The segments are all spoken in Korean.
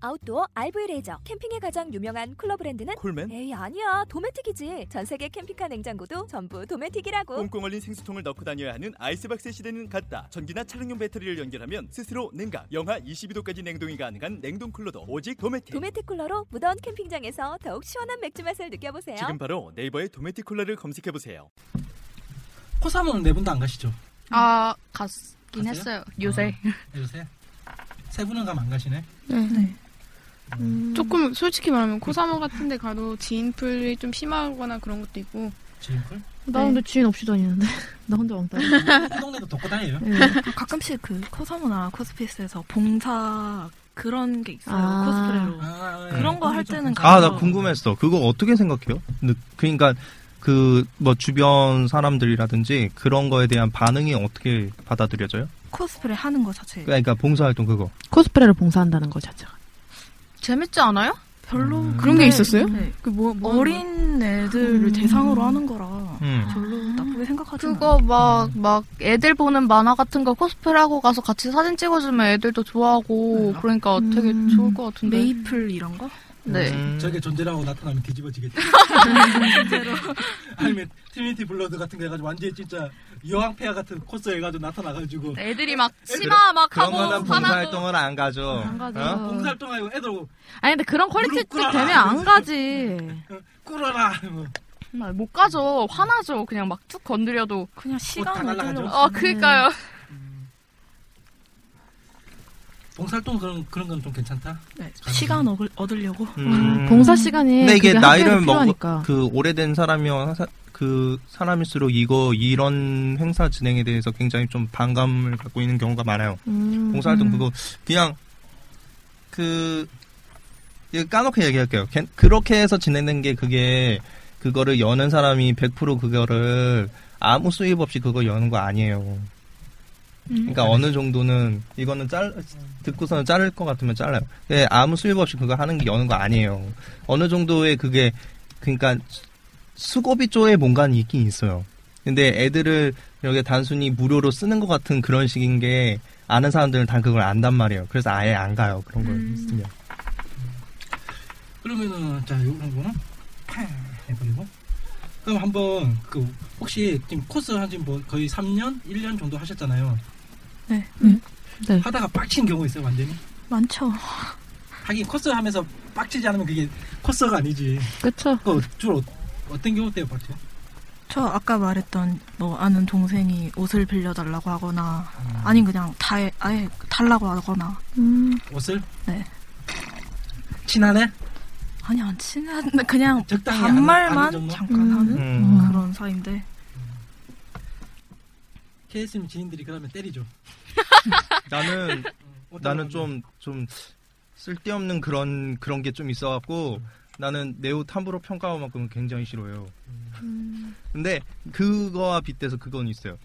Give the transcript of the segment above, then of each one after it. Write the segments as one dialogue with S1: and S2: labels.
S1: 아웃도어 RV 레저 캠핑에 가장 유명한 쿨러 브랜드는
S2: 콜맨?
S1: 에이 아니야 도메틱이지 전 세계 캠핑카 냉장고도 전부 도메틱이라고
S2: 꽁꽁 얼린 생수통을 넣고 다녀야 하는 아이스박스 시대는 갔다. 전기나 차량용 배터리를 연결하면 스스로 냉각, 영하 22도까지 냉동이 가능한 냉동 쿨러도 오직 도메틱.
S1: 도메틱 쿨러로 무더운 캠핑장에서 더욱 시원한 맥주 맛을 느껴보세요
S2: 지금 바로 네이버에 도메틱 쿨러를 검색해 보세요.
S3: 코사모는 네 분도 안 가시죠?
S4: 아 갔긴
S3: 갔어요?
S4: 했어요. 요새
S3: 아, 요새 세 분은 감 안 가시네.
S4: 조금 솔직히 말하면 코사모 같은데 가도 지인풀이 좀 심하거나 그런 것도 있고
S3: 지인풀?
S5: 나
S4: 네.
S5: 근데 주인 없이 다니는데 나 혼자 왕따
S3: 이 동네도 덮고 다녀요.
S5: 네.
S6: 가끔씩 그 코사모나 코스피스에서 봉사 그런 게 있어요.
S5: 아.
S6: 코스프레로.
S3: 아, 예. 음.
S6: 그런 거 할 때는
S7: 아,
S6: 가서-
S7: 나 궁금했어. 그거 어떻게 생각해요? 느- 그러니까 그 뭐 주변 사람들이라든지 그런 거에 대한 반응이 어떻게 받아들여져요?
S6: 코스프레 하는 거 자체.
S7: 그러니까 봉사활동 그거.
S5: 코스프레를 봉사한다는 거 자체가
S4: 재밌지 않아요?
S6: 별로
S3: 음.
S5: 그런 게 있었어요?
S6: 네.
S4: 그뭐 뭐,
S6: 어린 애들을
S5: 음.
S6: 대상으로 하는 거라
S7: 음.
S6: 별로 나쁘게 생각하지
S4: 아. 그거 막 막 애들 보는 만화 같은 거 코스프레하고 가서 같이 사진 찍어주면 애들도 좋아하고
S3: 네.
S4: 그러니까
S5: 음.
S4: 되게 좋을 것 같은데.
S6: 메이플 이런 거?
S4: 네.
S7: 음.
S3: 저게 존재라고 나타나면 뒤집어지겠지. 아니면 트리니티 블러드 같은 거 해가지고 완전히 진짜 여왕 페어 같은 코스 해가지고 나타나가지고
S4: 애들이 막 치마 막
S7: 음. 그런
S4: 하고
S7: 거는
S4: 화나고
S7: 봉사활동을 안 가죠.
S8: 음.
S5: 안 가죠.
S8: 아?
S7: 어?
S3: 봉사활동하고 애들 오고
S5: 아니 근데 그런 퀄리티
S3: 무릎 꿇어라.
S5: 되면 안 가지.
S3: 꿇어라. 뭐.
S4: 아, 못 가죠. 화나죠. 그냥 막 툭 건드려도.
S6: 그냥
S3: 다
S6: 시간
S3: 날라가죠?
S6: 얻으려고
S4: 아 그니까요.
S3: 봉사활동 그런 그런 건 좀 괜찮다.
S6: 네, 시간 얻을, 얻으려고
S7: 음.
S5: 봉사
S8: 네,
S5: 시간이
S7: 근데 이게
S5: 그게
S7: 나이를
S5: 학교에서
S7: 먹고
S5: 필요하니까.
S7: 그 오래된 사람이면 사- 그 사람일수록 이거 이런 행사 진행에 대해서 굉장히 좀 반감을 갖고 있는 경우가 많아요.
S5: 음,
S7: 봉사활동
S5: 음.
S7: 그거 그냥 그 이거 까놓게 얘기할게요. 걘- 그렇게 해서 지내는 게 그게 그거를 여는 사람이 100% 그거를 아무 수입 없이 그거 여는 거 아니에요.
S4: 음.
S7: 그러니까 어느 정도는 이거는 잘 듣고서는 자를 것 같으면 잘라요. 예, 아무 수입 없이 그거 하는 게 여는 거 아니에요. 어느 정도의 그게 그러니까 수- 수고비 쪽에 뭔가는 있긴 있어요. 근데 애들을 여기 단순히 무료로 쓰는 것 같은 그런 식인 게 아는 사람들은 다 그걸 안단 말이에요. 그래서 아예 안 가요. 그런 걸
S4: 음.
S7: 있으면.
S3: 그러면은 자 요런 거는 팡 해버리고 그럼 한번 그 혹시 지금 코스 한지금 뭐 거의 3년 1년 정도 하셨잖아요.
S6: 네.
S5: 음. 네.
S3: 하다가 빡친 경우 있어요 완전히.
S6: 많죠.
S3: 하긴 코스 하면서 빡치지 않으면 그게 코스가 아니지.
S5: 그쵸.
S3: 그 주로 어떤 경우 때문에 빡쳐?
S6: 저 아까 말했던 뭐 아는 동생이 옷을 빌려달라고 하거나 아니면 그냥 다 아예 달라고 하거나
S5: 음,
S3: 옷을?
S6: 네.
S3: 친하네?
S6: 아니 안 친한 그냥
S3: 적당히 아는- 아는
S6: 반말만
S3: 정도?
S6: 잠깐
S5: 음.
S6: 하는
S7: 음.
S6: 그런 사이인데
S3: KSM 지인들이 그러면 때리죠.
S7: 나는
S3: 어,
S7: 뭐 나는 좀 좀 쓸데없는 그런 그런 게 좀 있어갖고 나는 네오 탐브로 평가만큼은 굉장히 싫어요. 근데 그거와 빗대서 그건 있어요.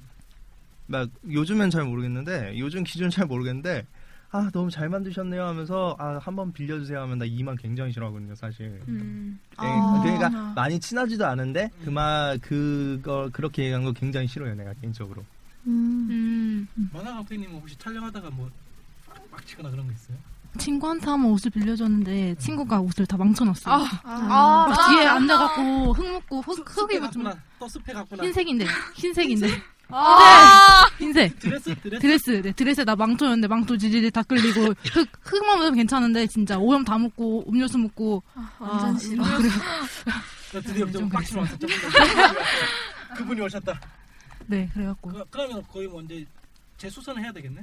S7: 막 요즘엔 잘 모르겠는데 요즘 기준 잘 모르겠는데 아 너무 잘 만드셨네요 하면서 아 한번 빌려주세요 하면 나 이만 굉장히 싫어하거든요 사실.
S6: 음.
S7: 예,
S4: 아.
S7: 그러니까 많이 친하지도 않은데 그만 그걸 그렇게 얘기한 거 굉장히 싫어요 내가 개인적으로.
S5: 음.
S4: 음.
S3: 만화 감독님은 혹시 촬영하다가 뭐 빡치거나 그런 거 있어요?
S8: 친구한테 한번 옷을 빌려줬는데 친구가 옷을 다 망쳐놨어요.
S4: 아,
S5: 아,
S8: 막 뒤에 앉아갖고 흙 먹고 흙, 흙
S3: 숲에
S8: 입었지만
S3: 갔구나. 또 숲에 갔구나.
S8: 뭐 흰색인데 흰색인데
S4: 아.
S8: 흰색
S3: 드레스 드레스
S8: 드레스 네 드레스에 나 망쳐였는데 망토 지지리 다 끌리고 흙 흙만 묻으면 괜찮은데 진짜 오염 다 묻고 음료수 묻고
S6: 완전 싫어.
S8: 아, 그래.
S3: 나 드디어 좀
S8: 좀
S3: 빡치러 왔어. 그분이 오셨다.
S8: 네 그래갖고
S3: 그, 그러면 거의 뭐 이제 재수선을 해야 되겠네.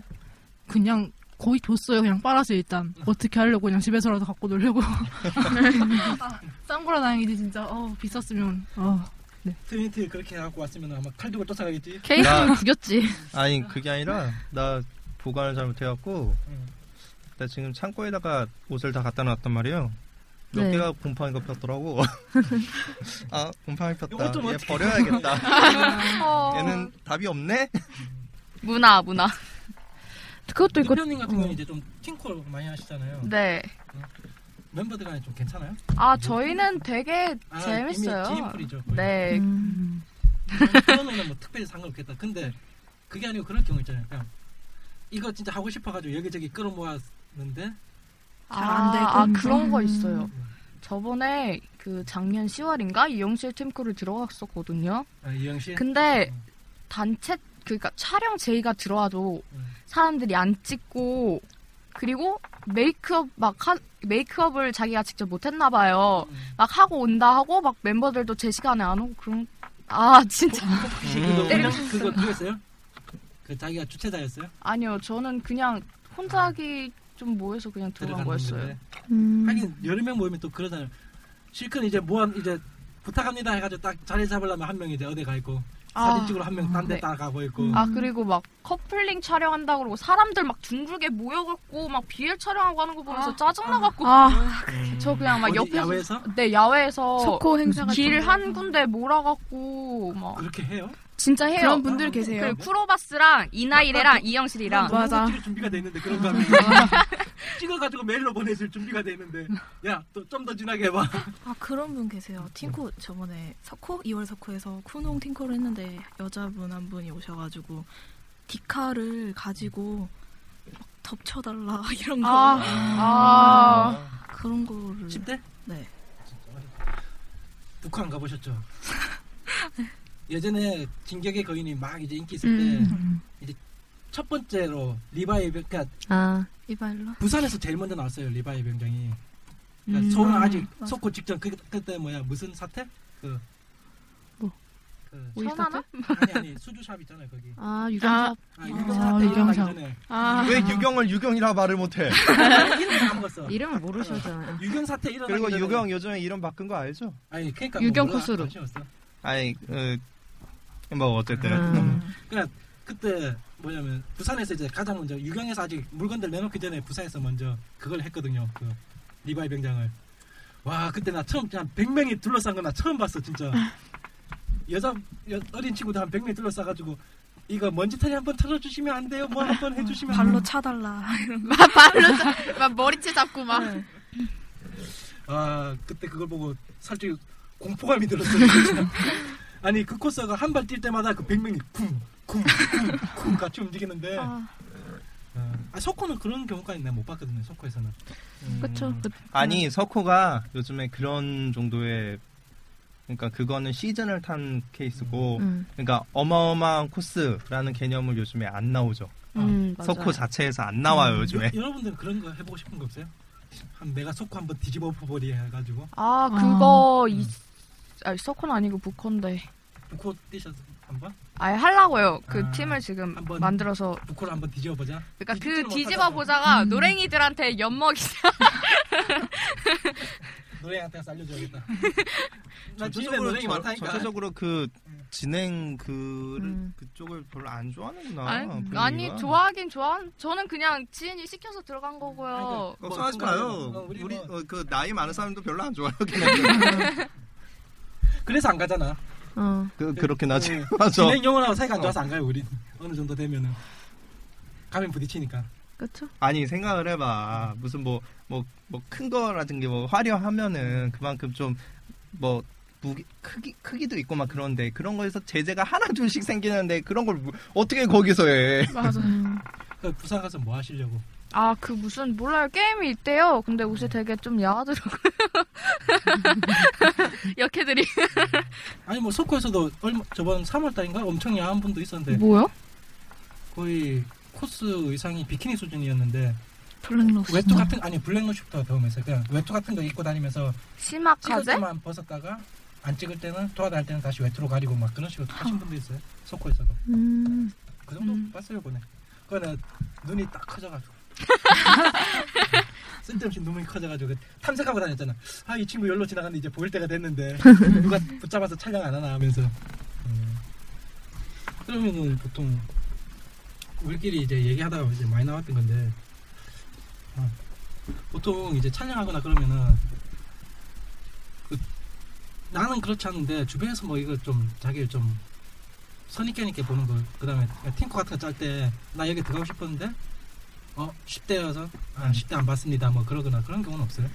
S8: 그냥 거의 줬어요 그냥 빨아서 일단 어떻게 하려고 그냥 집에서라도 갖고 놀려고 싼 거라 다행이지 진짜 어 비쌌으면 어
S3: 트리니티 그렇게 해갖고 왔으면 아마 칼두고 쫓아가겠지.
S7: 나-
S8: 케이스는 구겼지
S7: 아니 그게 아니라 나 보관을 잘못해갖고
S3: 응.
S7: 나 지금 창고에다가 옷을 다 갖다 놨단 말이에요. 몇
S8: 네.
S7: 개가 곰팡이가 폈더라고. 아 곰팡이 폈다.
S3: 이거 좀
S7: 얘
S3: 어떻게-
S7: 버려야겠다.
S4: 어.
S7: 얘는 답이 없네.
S4: 문화, 문화. 그것도 있고,
S3: 대표님 같은 경우
S4: 어.
S3: 이제 좀 팀콜 많이 하시잖아요.
S4: 네.
S3: 멤버들 간에 좀 괜찮아요?
S4: 아, 저희는 되게
S3: 아, 이미
S4: 재밌어요.
S3: 팀플이죠. 거의.
S4: 네.
S5: 음.
S3: 그러면은 뭐 특별히 상관없겠다. 근데 그게 아니고 그럴 경우 있잖아요. 그냥 이거 진짜 하고 싶어가지고 여기저기 끌어모았는데
S6: 안 되고.
S4: 아, 아, 그런 거
S5: 음.
S4: 있어요. 저번에 그 작년 10월인가 이영실 팀크를 들어갔었거든요.
S3: 아, 이영 씨
S4: 근데 단체 그러니까 촬영 제의가 들어와도
S3: 음.
S4: 사람들이 안 찍고 그리고 메이크업 막 한, 메이크업을 자기가 직접 못 했나 봐요.
S3: 음.
S4: 막 하고 온다 하고 막 멤버들도 제 시간에 안 오고 그런 아 진짜
S3: 혹시 그거
S7: 음.
S3: 운영- 그거 그거였어요? 그 자기가 주최자였어요?
S4: 아니요 저는 그냥 혼자 하기 좀 뭐해서 그냥 들어간 거였어요.
S3: 건데.
S5: 음.
S3: 하긴 여러 명 모이면 또 그러잖아요. 실컷 이제 모아 이제 부탁합니다 해가지고 딱 자리 잡으려면 한 명이 이제 어디 가 있고 사진 찍으러 한 명 딴 데
S4: 아, 네.
S3: 따라가고 있고
S4: 아 그리고 막 커플링 촬영한다 그러고 사람들 막 둥글게 모여갖고 막 BL 촬영하고 하는 거 보면서 짜증나갖고
S5: 아,
S4: 저 그냥 막
S3: 어디
S4: 옆에서
S3: 야외에서
S4: 네 야외에서
S5: 초코 행사 같은
S4: 길
S5: 거.
S4: 한 군데 몰아갖고 막
S3: 그렇게 해요?
S4: 진짜 해요.
S5: 그런 분들 계세요.
S4: 그 쿠로바스랑 이나이레랑
S3: 난
S4: 이영실이랑
S3: 너무
S5: 맞아.
S3: 찍을 준비가 돼 있는데 그런 거 하면 찍어가지고 메일로 보내줄 준비가 돼 있는데 야 또 좀 더 진하게 해봐
S6: 아 그런 분 계세요. 팅코 저번에 석호 2월 석호에서 쿠농 팅코를 했는데 여자분 한 분이 오셔가지고 디카를 가지고 막 덮쳐달라 이런 거
S4: 아, 아,
S6: 그런 거를
S3: 10대? 아,
S6: 네.
S3: 북한 가보셨죠? 예전에 진격의 거인이 막 이제 인기 있을
S7: 네.
S5: 음.
S3: 때 첫 번째로 리바이 병- 그러니까
S5: 아.
S6: 이발로
S3: 부산에서 제일 먼저 나왔어요 리바이 병장이 그러니까
S5: 음.
S3: 서울은 아직
S6: 맞아.
S3: 속고 직전 그, 그때 뭐야 무슨 사태? 그,
S5: 뭐?
S3: 그
S4: 천하나?
S3: 아니 아니 수주샵 있잖아요 거기
S5: 아, 유전자.
S3: 아
S5: 아,
S3: 유경 사태
S5: 유경
S3: 일어나기
S5: 샵.
S3: 전에
S5: 아.
S7: 왜 유경을 유경이라 말을 못해?
S3: 이름 까먹었어
S9: 이름을 모르셔잖아요.
S3: 유경 사태 일어나기
S7: 그리고
S3: 전에
S7: 유경 요즘에 이름 바꾼 거 알죠?
S3: 아니 그러니까
S9: 유경
S3: 몰라.
S9: 코스로.
S3: 관심 없어.
S7: 아니 어, 뭐 어쨌든
S9: 음.
S3: 그러니까 그때 뭐냐면 부산에서 이제 가장 먼저 유경에서 아직 물건들 내놓기 전에 부산에서 먼저 그걸 했거든요. 그 리바이 병장을. 와 그때 나 처음 한 100명이 둘러싼 거 나 처음 봤어 진짜. 여자 여- 어린 친구들 한 100명이 둘러싸가지고 이거 먼지털이 한번 털어주시면 안 돼요? 뭐 한 번 해주시면 안
S6: 발로 차달라
S4: 막 발로 잡- 막 머리채 잡고 막
S3: 아 그때 그걸 보고 살짝 공포감이 들었어요. 아니 그 코스가 한 발 뛸 때마다 그 100명이 쿵쿵쿵쿵 같이 움직이는데 아. 석호는 그런 경우까지 내가 못 봤거든요. 석호에서는. 음,
S5: 그쵸. 그,
S7: 아니 석호가 요즘에 그런 정도의 그러니까 그거는 시즌을 탄 케이스고
S5: 음.
S7: 그러니까 어마어마한 코스라는 개념을 요즘에 안 나오죠.
S4: 음, 맞아요. 음.
S7: 석호 자체에서 안 나와요 요즘에.
S3: 여, 러분들은 그런 거 해보고 싶은 거 없어요? 한 내가 석호 한번 뒤집어 엎어버리 해가지고
S4: 아 그거 이 아니 서콘 아니고 부컨데
S3: 부코 티셔츠 한번
S4: 아예 하려고요. 그
S3: 아,
S4: 팀을 지금
S3: 한번.
S4: 만들어서
S3: 부코를 한번 뒤집어보자.
S4: 그러니까
S3: 뒤집지를
S4: 그
S3: 못하다가
S4: 뒤집어 보자가
S5: 음.
S4: 노랭이들한테 엿먹이
S3: 노래한테 가서 알려줘야겠다. 나 주변에
S7: 전체적으로
S3: 노래가
S7: 저-
S3: 많다니까.
S7: 전체적으로 그 진행 그
S5: 음.
S7: 그쪽을 별로 안 좋아하는구나. 그
S4: 아니,
S7: 분위기가.
S4: 아니 좋아하긴 좋아. 저는 그냥 지인이 시켜서 들어간 거고요.
S7: 걱정하지
S3: 뭐,
S7: 마요.
S3: 어, 우리
S7: 우리,
S3: 뭐- 음.
S7: 어, 그 나이 많은 사람도 별로 안 좋아요.
S3: 그래서 안 가잖아.
S5: 어.
S7: 그 그렇긴
S3: 하지.
S7: 맞아.
S3: 음. 진행 영혼하고 사이가 안 좋아서 안 가요 우리 어느 정도 되면은 가면 부딪히니까
S5: 그쵸?
S7: 아니 생각을 해봐. 무슨 뭐 뭐 뭐 큰 거라든지 뭐 화려하면은 그만큼 좀 뭐 무기 크기 크기도 있고 막 그런데 그런 거에서 제재가 하나 둘씩 생기는데 그런 걸 뭐- 어떻게 거기서 해?
S4: 맞아.
S3: 그 부산 가서 뭐 하시려고
S4: 아 그 무슨 몰라요 게임이 있대요. 근데
S3: 네.
S4: 옷이 되게 좀 야하더라고요. 역해들이
S3: 아니 뭐 소코에서도 얼마 저번 3월달인가 엄청 야한 분도 있었는데
S4: 뭐요?
S3: 거의 코스 의상이 비키니 수준이었는데
S6: 블랙로스
S3: 외투 같은 아니 블랙노십도 더우면서 그냥 외투 같은 거 입고 다니면서 찍을
S4: 심악하제?
S3: 때만 벗었다가 안 찍을 때는 돌아다닐 때는 다시 외투로 가리고 막 그런 식으로 하신 분도 있어요 소코에서도
S5: 음.
S3: 그 정도
S4: 음.
S3: 봤어요 그네 그거는 눈이 딱 커져가지고 쓸데없이 눈이 커져가지고 그 탐색하고 다녔잖아 아 이 친구 열로 지나가는데 이제 보일 때가 됐는데 누가 붙잡아서 촬영 안 하나 하면서 음. 그러면은 보통 우리끼리 이제 얘기하다가 이제 많이 나왔던 건데 어, 보통 이제 촬영하거나 그러면은 그, 나는 그렇지 않은데 주변에서 뭐 이거 좀 자기를 좀 선입견 있게 보는 걸. 그다음에 팅코 같은 거 짤 때 나 여기 들어가고 싶었는데 어 10대여서 아 10대 안 봤습니다. 뭐 그러거나 그런 경우는 없어요.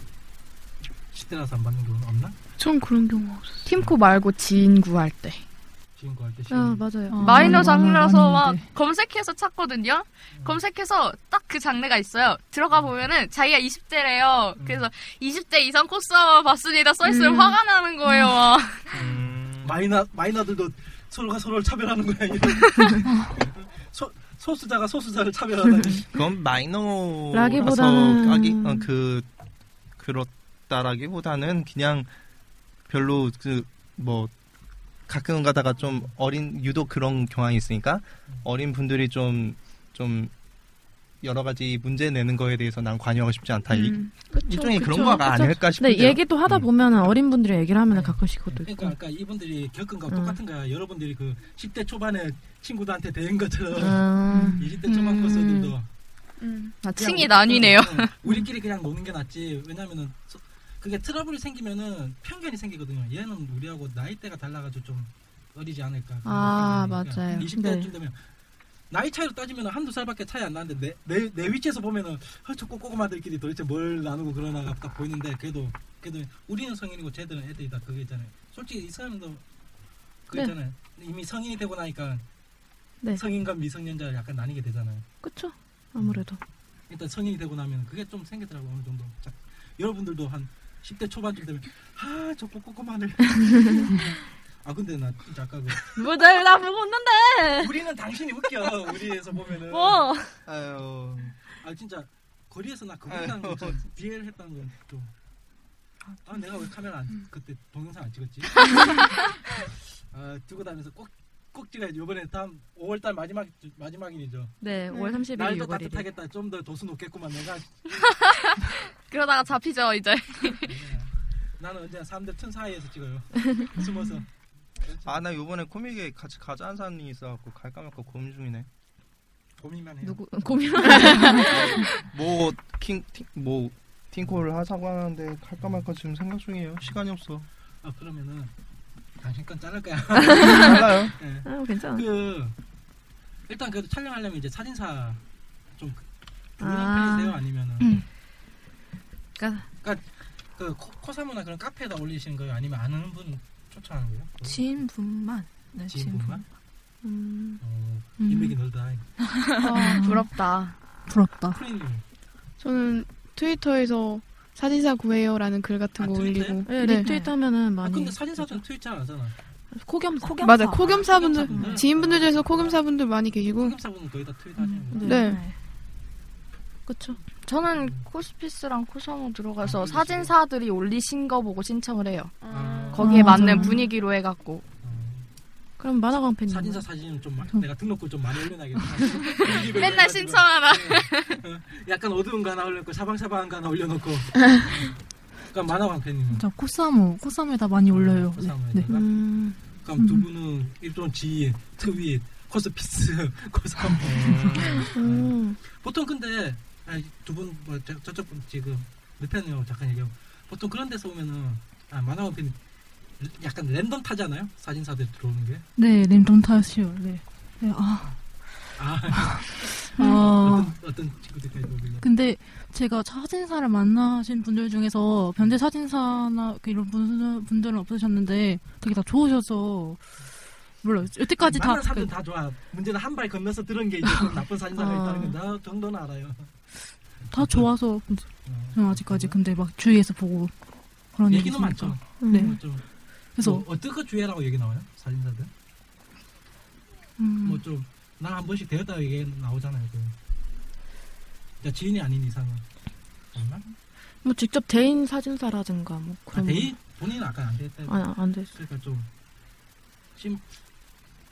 S3: 10대라서 안 받는 경우는 없나?
S5: 전 그런 경우 없어요.
S4: 팀코 말고 지인구 할 때.
S3: 지금 거할 때.
S5: 아, 맞아요.
S4: 마이너
S8: 아,
S4: 장르라서 막
S8: 아닌데.
S4: 검색해서 찾거든요. 검색해서 딱 그 장르가 있어요. 들어가 보면은 자기가 20대래요.
S3: 음.
S4: 그래서 20대 이상 코스와 봤습니다. 써있으면
S5: 음.
S4: 화가 나는 거예요. 막.
S3: 마이너 마이너들도 서로가 서로를 차별하는 거야. 이게. 소 소수자가 소수자를 차별하다니.
S7: 그건 마이너라서
S5: 라기보다는-
S7: 하기 어, 그 그렇다라기보다는 그냥 별로 그 뭐 가끔 가다가 좀 어린 유독 그런 경향이 있으니까 어린 분들이 좀 좀 여러 가지 문제 내는 거에 대해서 난 관여하고 싶지 않다. 이-
S5: 음. 그쵸,
S7: 일종의 그런
S5: 그쵸,
S7: 거가
S5: 그쵸.
S7: 아닐까 싶은데.
S5: 근데 얘기도 하다
S7: 음.
S5: 보면 어린 분들이 얘기를 하면
S7: 네.
S3: 아니,
S5: 가끔씩 그것도
S3: 그러니까
S5: 있고.
S3: 아까 이분들이 겪은 거하고
S5: 음.
S3: 똑같은 거야. 여러분들이 그 10대 초반에 친구들한테 대인 것처럼
S7: 그러니까
S5: 음.
S3: 20대 초반
S4: 음.
S3: 코스들도
S5: 음.
S4: 아,
S3: 그냥
S4: 층이
S3: 우리-
S4: 나뉘네요.
S3: 응, 응. 우리끼리 그냥 노는 게 낫지. 왜냐면은 소- 그게 트러블이 생기면은 편견이 생기거든요. 얘는 우리하고 나이대가 달라가지고 좀 어리지 않을까. 그런
S5: 아,
S3: 생각이 드니까.
S5: 맞아요.
S3: 20대쯤 되면 나이 차이로 따지면 한두 살밖에 차이 안 나는데 내, 내, 내 위치에서 보면은 헐저 꼬꼬마들끼리 도대체 뭘 나누고 그러나가 딱 보이는데 그래도 그래도 우리는 성인이고 쟤들은 애들이다 그게 있잖아요. 솔직히 이 사람도 그
S5: 네.
S3: 있잖아요. 이미 성인이 되고 나니까
S5: 네.
S3: 성인과 미성년자 약간 나뉘게 되잖아요.
S5: 그쵸? 아무래도.
S6: 음.
S3: 일단 성인이 되고 나면 그게 좀 생기더라고 어느 정도. 자, 여러분들도 한 10대 초반쯤 되면 아저 꼬꼬꼬마늘. 아 근데 나 진짜 아까 그
S4: 뭐나 보고 웃는다.
S3: 우리는 당신이 웃겨 우리에서 보면은
S4: 뭐?
S7: 아유.
S3: 아 진짜 거리에서 나 그거 했다는 거 진짜 BL 했다는 건 좀. 아 내가 왜 카메라 안, 그때 동영상 안 찍었지? 아 두고 다니면서 꼭 꼭 찍어야지 이번에 다음 5월달 마지막 마지막이죠.
S5: 네, 5월 31일,
S3: 날도
S5: 6월 1일.
S3: 따뜻하겠다. 좀 더 도수 높겠구만 내가.
S4: 그러다가 잡히죠 이제.
S3: 네. 나는 언제나 사람들 틈 사이에서 찍어요. 숨어서.
S7: 아 나 요번에 코믹에 같이 가자는 사람이 있어갖고 갈까 말까 고민 중이네.
S3: 고민만 해요.
S5: 누구, 고민
S7: 뭐, 뭐킹뭐 팅콜을 하자고 하는데 갈까 말까 지금 생각 중이에요. 시간이 없어.
S3: 아 그러면은 당신 건 자를 거야.
S7: 달라요.
S3: 예.
S5: 아, 괜찮아.
S3: 그 일단 그래도 촬영하려면 이제 사진사 좀 부르는
S5: 아.
S3: 편이세요? 아니면은
S5: 음. 그러니까-
S3: 그러니까 그 코, 코사무나 그런 카페에다 올리시는 거예요? 아니면 아는 분 초청하는 거예요? 그
S6: 지인분만. 네,
S3: 지인분만?
S5: 음.
S3: 어,
S8: 음.
S3: 인맥이 넓다.
S9: 아,
S4: 음. 부럽다.
S8: 부럽다.
S3: 프리님.
S9: 저는 트위터에서 사진사 구해요라는 글 같은
S3: 아,
S9: 거
S3: 트위터요?
S9: 올리고
S5: 네,
S9: 네.
S5: 리트윗 하면은
S3: 아
S5: 많이.
S3: 근데 사진사들은 트위치 안 하잖아.
S5: 코겸, 코겸.
S9: 맞아 코겸사분들
S3: 코겸사분들.
S9: 지인분들 중에서 코겸사분들 많이 계시고
S3: 사진사분은 거의 다 트위치 하시는 거예요.
S9: 네.
S5: 그쵸.
S4: 저는 코스피스랑 코성
S3: 아,
S4: 들어가서
S3: 올리시고.
S4: 사진사들이 올리신 거 보고 신청을 해요.
S3: 아,
S4: 거기에
S8: 아,
S4: 맞는
S8: 맞아.
S4: 분위기로 해갖고.
S3: 어.
S5: 그럼 만화광팬님.
S3: 사진사
S8: 뭐.
S3: 사진은 좀 마- 내가 등록금 좀 많이 올려놔야겠다. 분위기 별로
S4: 맨날
S3: 해가지고.
S4: 신청하라.
S3: 약간 어두운 거 하나 올려놓고 사방사방한 거 하나 올려놓고 그러니까
S9: 음,
S3: 만화광팬님은 어,
S8: 저 코사무 코사무에다 많이 올려요. 네.
S3: 아, 코사무에다가?
S8: 네.
S5: 음.
S3: 그럼 두 분은 일종 지인, 트윗, 코스피스,
S9: 어.
S3: 코사무
S5: 음.
S3: 보통 근데 두분 뭐, 저- 저쪽 분 지금 르펜이요 잠깐 얘기하고 보통 그런 데서 오면은 아, 만화광팬 약간 랜덤 타잖아요 사진사들 들어오는 게
S8: 네, 랜덤 타시요. 네. 네. 아.
S3: 아,
S8: 아.
S3: 어떤, 어떤 친구들까지 오길래
S8: 근데 제가 사진사를 만나신 분들 중에서 변대 사진사나 그 이런 분, 분들은 없으셨는데 되게 다 좋으셔서 몰라요. 여태까지 다그
S3: 많은 사람들 다 좋아 문제는 한 발 건너서 들은 게 이제 좀 나쁜 사진사가
S8: 아.
S3: 있다는 건나 정도는 알아요
S8: 다 좋아서
S3: 어,
S8: 저는 아직까지 근데 막 주위에서 보고 그런
S3: 얘기는
S8: 있으니까.
S3: 많죠
S8: 네.
S5: 음.
S3: 뭐 좀,
S8: 그래서
S3: 뭐 어떻게 주의하라고 얘기 나와요? 사진사들?
S8: 음,
S3: 뭐 좀 나 한 번씩 되었다 얘기 나오잖아요. 그. 그러니까 지인이 아닌 이상은 아, 정말?
S5: 뭐 직접 대인 사진사라든가 뭐
S3: 아,
S5: 그런.
S3: 데이 본인은 아까 안 되었다.
S5: 거. 아, 안 됐어.
S3: 그러니까 좀 지금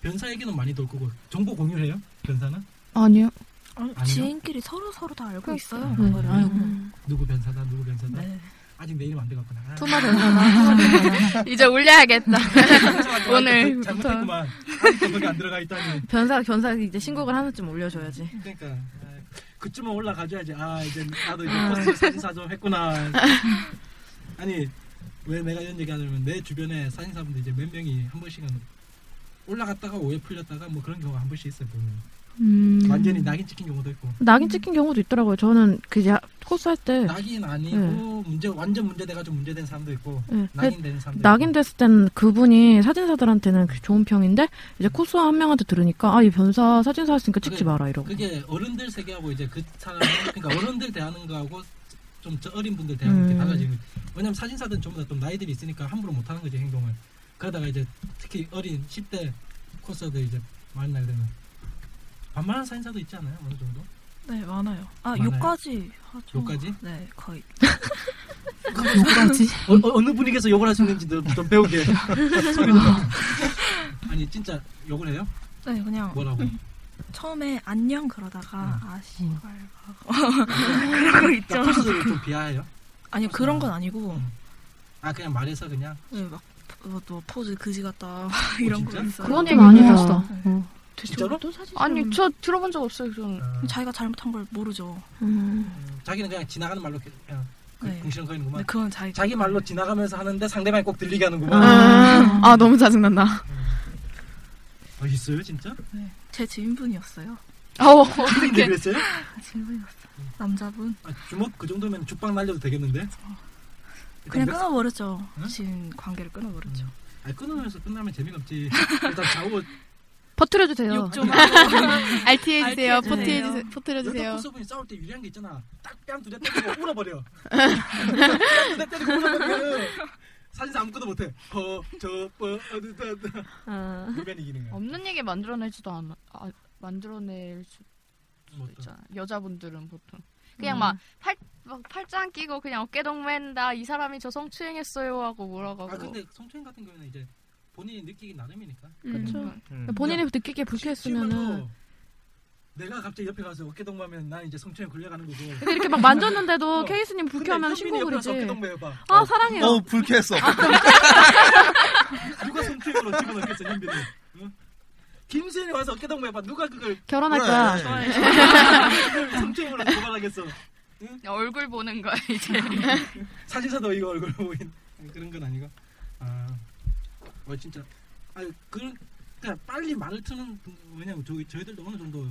S3: 변사 얘기는 많이 돌 거고 정보 공유해요? 변사는
S9: 아니요
S6: 아니,
S3: 아니요?
S6: 지인끼리 서로 서로 다 알고 있어요.
S8: 네,
S6: 그거를.
S8: 아이고.
S6: 음.
S3: 누구 변사다 누구 변사다
S6: 네.
S3: 아직 내 이름 안 돼갖구나. 아,
S4: 토마 변사나. 이제 올려야겠다.
S3: 죄송하지만
S4: 오늘
S3: 잘못했구만. 아직도 거기 안 들어가 있다니.
S5: 변사, 변사 이제 신곡을 하나쯤 올려줘야지.
S3: 그러니까 아, 그쯤은 올라가줘야지. 아 이제 나도 이제 포스트 사진사 좀 했구나. 아니 왜 내가 이런 얘기하냐면 내 주변에 사진사분들 이제 몇 명이 한 번씩은 올라갔다가 오해 풀렸다가 뭐 그런 경우가 한 번씩 있어요 보면
S5: 음.
S3: 완전히 낙인 찍힌 경우도 있고
S5: 낙인 찍힌 경우도 있더라고요. 저는 그 이제 코스 할
S8: 네.
S5: 때.
S3: 낙인 아니고 문제 완전 문제돼가지고 문제된 사람도 있고
S5: 예,
S8: 그
S3: 낙인 되는 사람도
S5: 낙인 됐을 땐 그분이 사진사들한테는 그 좋은 평인데 이제 코스 한 명한테 들으니까 아 이 변사 사진사였으니까 찍지
S3: 그게-
S5: 마라 이러고.
S3: 그게 어른들 세계하고 이제 그 사람 그러니까 어른들 대하는 거하고 좀저 어린 분들 대하는 게
S5: 음.
S3: 달라지는 거지. 왜냐면 사진사들은 전부 다 좀 나이들이 있으니까 함부로 못 하는 거지 행동을 그러다가 이제 특히 어린 10대 코스들 이제 만나게 되면 반말하는 사진사도 있지 않아요 어느 정도
S6: 네, 많아요. 아,
S3: 많아요?
S6: 욕까지 하죠.
S3: 욕까지?
S6: 네, 거의.
S3: 어, 어, 느 분위기에서 욕을 하시는지 좀, 좀 배우게 소개 좀 아니 진짜 욕을 해요?
S6: 네, 그냥
S3: 뭐라고?
S6: 처음에 안녕 그러다가 아, 씨발.
S3: 그런
S6: 거 있죠.
S3: 그러니까 코스를 좀 비하해요?
S6: 아니, 그런 건 아니고
S3: 아 그냥 말해서 그냥
S6: 네, 막 어, 너 포즈 그지 같다. 막 이런 거
S3: 진짜?
S6: 있어요.
S3: 그런
S6: 네.
S4: 좀 아니다.
S6: 네.
S3: 진짜로?
S4: 아니 저 들어본 적 없어요. 저는.
S6: 자기가 잘못한 걸 모르죠.
S5: 음.
S3: 자기는 그냥 지나가는 말로 그냥 그-
S6: 네.
S3: 궁시렁거리는구만.
S6: 근데 그건 자기
S3: 자기 말로 지나가면서 하는데 상대방이 꼭 들리게 하는구만.
S9: 아, 아, 너무 짜증난다.
S3: 어, 있어요 진짜?
S6: 네. 제 지인분이었어요.
S4: 아우
S9: 네.
S3: 근데 그랬어요?
S6: 지인분이었어. 음. 남자분.
S3: 네. 아, 주먹 그 정도면 죽빵 날려도 되겠는데?
S6: 그냥
S3: 몇-
S6: 끊어버렸죠. 지인 관계를 끊어버렸죠.
S3: 아니, 끊으면서 끝나면 재미가 없지. 일단 좌우 아,
S4: 퍼트려도 돼요.
S9: 어,
S5: 네.
S6: 욕좀 하고.
S9: RT 해주세요.
S6: RT
S9: 포트
S6: 해주세요.
S9: 해주세요. 포트
S3: 여자
S9: 해주세요.
S3: 코스분이 싸울 때 유리한 게 있잖아. 딱뺨두대 때리고 울어버려. 뺨두대 때리고 울어버려. 사진사 아무것도 못해. 허, 저, 뻐, 어디, 다, 다.
S9: 아.
S3: 울면 이기는 거야.
S4: 네. 없는 얘기 만들어내지도 않아. 아, 만들어낼 수
S3: 뭐 또.
S4: 있잖아. 여자분들은 보통 그냥
S9: 음.
S4: 막팔 막 팔짱 끼고 그냥 어깨동 맨다. 이 사람이 저 성추행했어요 하고 뭐라고 하고.
S3: 아 근데 성추행 같은 경우는 이제 본인이 느끼기 나름이니까.
S5: 그렇죠.
S4: 음.
S5: 본인이 느끼기에 불쾌했으면은
S3: 치우면서 내가 갑자기 옆에 가서 어깨동무하면 난 이제 성추행 굴려가는 거고.
S5: 근데 이렇게 막 만졌는데도
S3: 어.
S5: 케이스님 불쾌하면 신고 그러지.
S3: 어깨동무해봐.
S5: 아 사랑해요.
S7: 어우 불쾌했어.
S5: 아,
S3: 누가 성추행으로 집어넣겠어 현빈이. 응? 김수현이 와서 어깨동무해봐. 누가 그걸
S5: 결혼할
S7: 그래.
S5: 거야.
S3: 그걸 성추행으로 고발하겠어.
S4: 얼굴 보는 거야 이제.
S3: 사진사도 이거 얼굴 보인 그런 건 아니고. 아, 어 진짜. 아 그런 그러니까 빨리 말을 트는 분- 왜냐면 저희 저희들도 어느 정도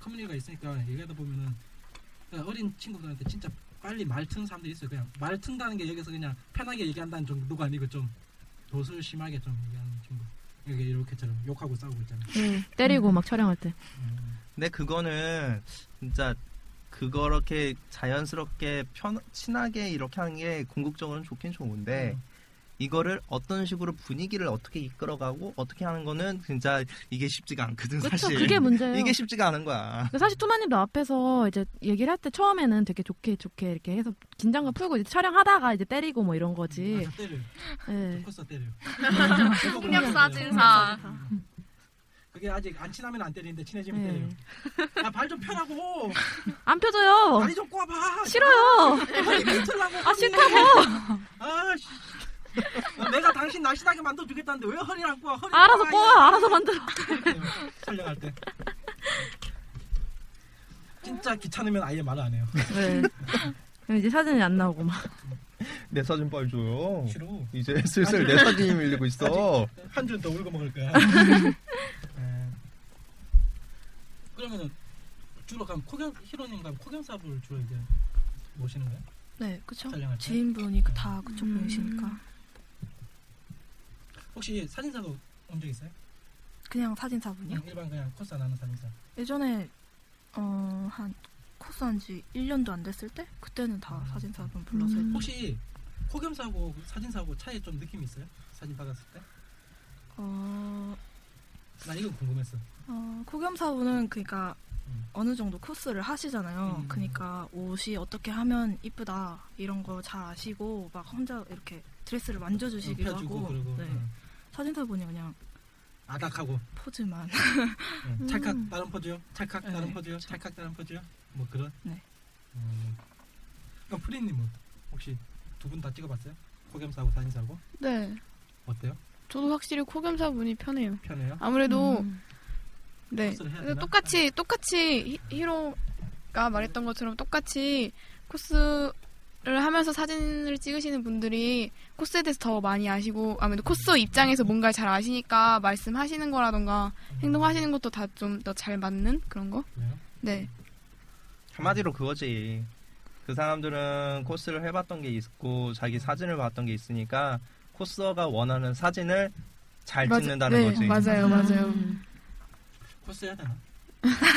S3: 커뮤니티가 있으니까 얘기하다 보면은 그러니까 어린 친구들한테 진짜 빨리 말 트는 사람들이 있어요. 그냥 말 튼다는 게 여기서 그냥 편하게 얘기한다는 정도가 아니고 좀 도술 심하게 좀 얘기하는 친구. 이게 이렇게처럼 욕하고 싸우고 있잖아요.
S5: 때리고 막 촬영할 때.
S7: 근데 그거는 진짜 그렇게 자연스럽게 편 친하게 이렇게 하는 게 궁극적으로는 좋긴 좋은데 이거를 어떤 식으로 분위기를 어떻게 이끌어가고 어떻게 하는 거는 진짜 이게 쉽지가 않거든
S5: 그렇죠.
S7: 사실.
S5: 그게 문제예요.
S7: 이게 쉽지가 않은 거야.
S5: 사실 투마님도 앞에서 이제 얘기를 할 때 처음에는 되게 좋게 좋게 이렇게 해서 긴장감 풀고 이제 촬영하다가 이제 때리고 뭐 이런 거지.
S3: 아, 때려.
S9: 음.
S8: 네.
S5: 예.
S3: 코스 때려.
S4: 폭력 사진사.
S3: 그게 아직 안 친하면 안 때리는데 친해지면
S5: 예.
S3: 때려. 야 발 좀 펴라고.
S5: 안 펴져요.
S3: 다리 좀 꼬아봐.
S5: 싫어요.
S3: 허리 밑으려고.
S5: 어. 아 싫다고.
S3: 아, 씨. 어, 내가 당신 날씬하게 만들어 주겠다는데 왜 허리를 안 꼬아? 허리
S5: 알아서 꼬아. 알아서 만들어.
S3: 설명할 때. 진짜 귀찮으면 아예 말을 안 해요.
S5: 네. 그럼 이제 사진이 안 나오고 막.
S7: 내 사진 빨리 줘요.
S3: 싫어.
S7: 이제 슬슬 내 사진이 밀리고 있어.
S3: 한 줄 더 울고 먹을 거야. 예. 그러면은 주로 그럼 코경 히로님과 코경사부를 주로 이제 모시는 거예요?
S6: 네,
S5: 어,
S6: 그쵸.
S3: 촬영할 때?
S6: 지인분이 그- 다 그쪽 분이시니까.
S3: 혹시 사진사도 온 적 있어요?
S6: 그냥 사진사분이요.
S3: 그냥 일반 그냥 코스 안 하는 사진사.
S6: 예전에 어, 한 코스 한지 1년도 안 됐을 때 그때는
S3: 아.
S6: 다 사진사분 불러서 했-
S3: 혹시 코겸사하고 사진사하고 차이 좀 느낌이 있어요? 사진 받았을 때?
S6: 어,
S3: 나 이건 궁금했어.
S6: 어, 코겸사분은 그러니까
S3: 음.
S6: 어느 정도 코스를 하시잖아요.
S3: 음.
S6: 그러니까 옷이 어떻게 하면 이쁘다 이런 거 잘 아시고 막 혼자 이렇게 드레스를 만져주시기도
S3: 어, 펴주고
S6: 하고
S3: 그러고 음.
S6: 네.
S3: 응.
S6: 사진사분이 그냥
S3: 아닥하고
S6: 포즈만
S3: 응. 찰칵 다른 포즈요? 찰칵
S6: 음. 네,
S3: 다른 포즈요?
S6: 그렇죠.
S3: 찰칵 다른 포즈요? 뭐 그런?
S6: 네.
S3: 음. 그럼 프리님은 뭐 혹시 두 분 다 찍어봤어요? 코겸사하고 사진사하고
S9: 네.
S3: 어때요?
S9: 저도 확실히 코겸사 분이 편해요.
S3: 편해요?
S9: 아무래도
S4: 음.
S9: 네.
S3: 코스를 해야
S9: 그래서
S3: 되나?
S9: 똑같이 똑같이 히- 히로가 말했던 것처럼 똑같이 코스 하면서 사진을 찍으시는 분들이 코스에 대해서 더 많이 아시고 아무래도 코스 입장에서 뭔가를 잘 아시니까 말씀하시는 거라던가 행동하시는 것도 다 좀 더 잘 맞는 그런
S3: 아,
S9: 거? 네.
S7: 한마디로 그거지. 그 사람들은 코스를 해봤던 게 있고 자기 사진을 봤던 게 있으니까 코스어가 원하는 사진을 잘
S9: 맞아-
S7: 찍는다는
S9: 네,
S7: 거지.
S9: 맞아요, 맞아요.
S3: 코스 해야 되나?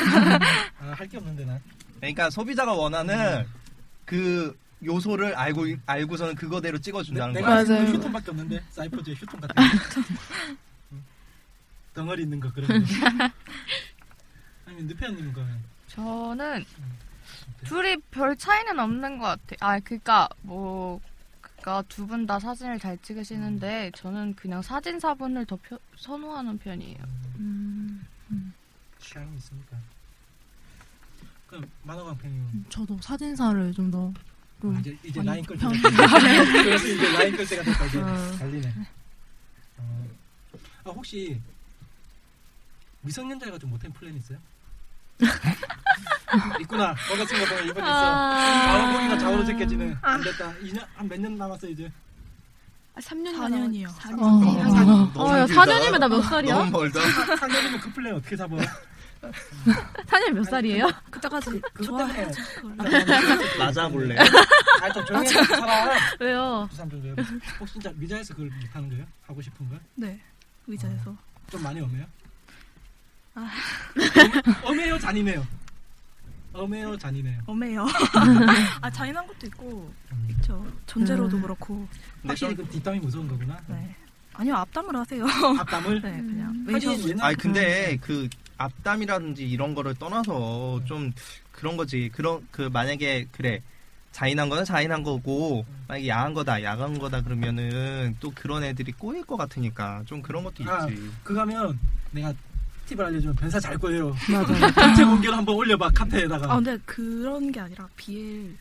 S3: 아, 할 게 없는데 난.
S7: 그러니까 소비자가 원하는 그 요소를 알고 알고서는 그거대로 찍어준다는
S3: 네, 내가
S7: 거야.
S3: 아는 건 휴톤밖에 없는데 사이퍼즈의 휴톤 같은 거. 응. 덩어리 있는 거 그런 거. 아니 늪현님 거.
S4: 저는 둘이 별 차이는 없는 것 같아요. 아, 그니까, 뭐, 그니까 두 분 다 사진을 잘 찍으시는데, 저는 그냥 사진사분을 더 펴- 선호하는 편이에요.
S3: 취향이 있으니까. 그럼 만화광 팬님.
S8: 저도 사진사를 좀 더.
S3: 아, 이제 이제
S8: 많이
S3: 라인 끌 때.
S8: 편-
S3: 그래서 이제 라인 끌 때가 됐다 이제
S8: 어.
S3: 달리네. 어. 아 혹시 미성년자가 좀 못한 플랜 있어요? 있구나. 뭔가 친구 보면 이번 있어.
S9: 아.
S3: 아, 보기가 좌우로 제껴지는. 안 됐다. 2년 한 몇 년 남았어 이제.
S9: 3년
S6: 4년이요.
S3: 어.
S5: 어, 야, 4년이면 나 몇 살이야?
S3: 상현이면 그 플랜 어떻게 잡아?
S5: 4년 몇 살이에요?
S6: 그때까지
S3: 좋아해야죠.
S7: 맞아 볼래.
S3: 아좀 조용히 좀 살아.
S5: 왜요?
S3: 부산 좀 줘요. 혹시 진짜 미자에서 그걸 하는 거예요? 하고 싶은 걸?
S6: 네. 의자에서.
S3: 좀 많이 엄해요?
S6: 아.
S3: 엄해요 잔인해요. 엄해요 잔인해요.
S6: 엄해요. 아 잔인한 것도 있고 있죠. 존재로도
S3: 음.
S6: 그렇고.
S3: 확실히 그 뒷담이 무서운 거구나.
S6: 네. 아니요 앞담을 하세요.
S3: 음. 앞담을?
S6: 네 그냥.
S3: 하긴 옛날-
S7: 아니 근데 그 앞담이라든지 이런 거를 떠나서
S3: 네.
S7: 좀 그런 거지. 그런 그 만약에 그래 자인한 거는 자인한 거고
S3: 네.
S7: 만약에 야한 거다 야한 거다 그러면은 또 그런 애들이 꼬일 것 같으니까 좀 그런 것도 있지.
S3: 아, 그거면 내가 팁을 알려주면 변사 잘 거예요. 어,
S5: 맞아요.
S3: 전체 공개를 한번 올려봐 카페에다가.
S6: 아 근데 그런 게 아니라 BL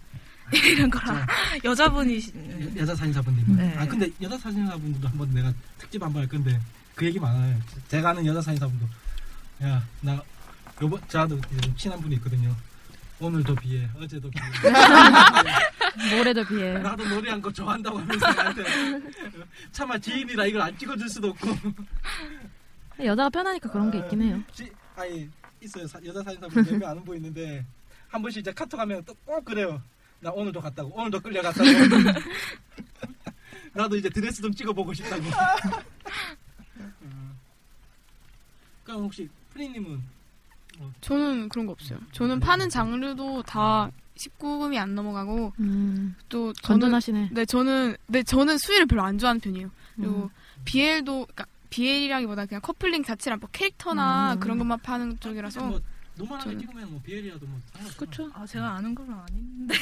S3: 아,
S6: 이런 거랑 여자분이신.
S3: 여자 사진사분님.
S6: 네.
S3: 아 근데 여자 사진사분도 한번 내가 특집 한번 할 건데 그 얘기 많아요. 제가 아는 여자 사진사분도 야 나 요번 저도 좀 친한 분이 있거든요. 오늘도 비해 어제도 비해
S5: 모레도 비해.
S3: 나도 노래한 거 좋아한다고 하면서 나한테 차마 지인이라 이걸 안 찍어줄 수도 없고
S5: 여자가 편하니까 그런 게 있긴 해요.
S3: 지, 아니 있어요 사- 여자 사진사분 몇명 아는 분 있는데 한 번씩 이제 카톡 하면 또 꼭 그래요 나 오늘도 갔다고 오늘도 끌려갔다고 나도 이제 드레스 좀 찍어보고 싶다고 음. 그럼 혹시 프리님은
S9: 저는 그런 거 없어요. 저는 파는 장르도 다 19금이 안 넘어가고
S5: 음.
S9: 또 저는
S5: 건전하시네.
S9: 네 저는 네 저는 수위를 별로 안 좋아하는 편이에요. 그리고
S5: 음.
S9: BL도 그러니까 BL이라기보다 그냥 커플링 자체를 뭐 캐릭터나
S5: 음.
S9: 그런 것만 파는 쪽이라서
S3: 뭐 노멀하게
S9: 저는-
S3: 찍으면 뭐 비엘이라도 뭐 상관없어
S9: 그쵸.
S6: 아 제가 아는 걸로 아닌데.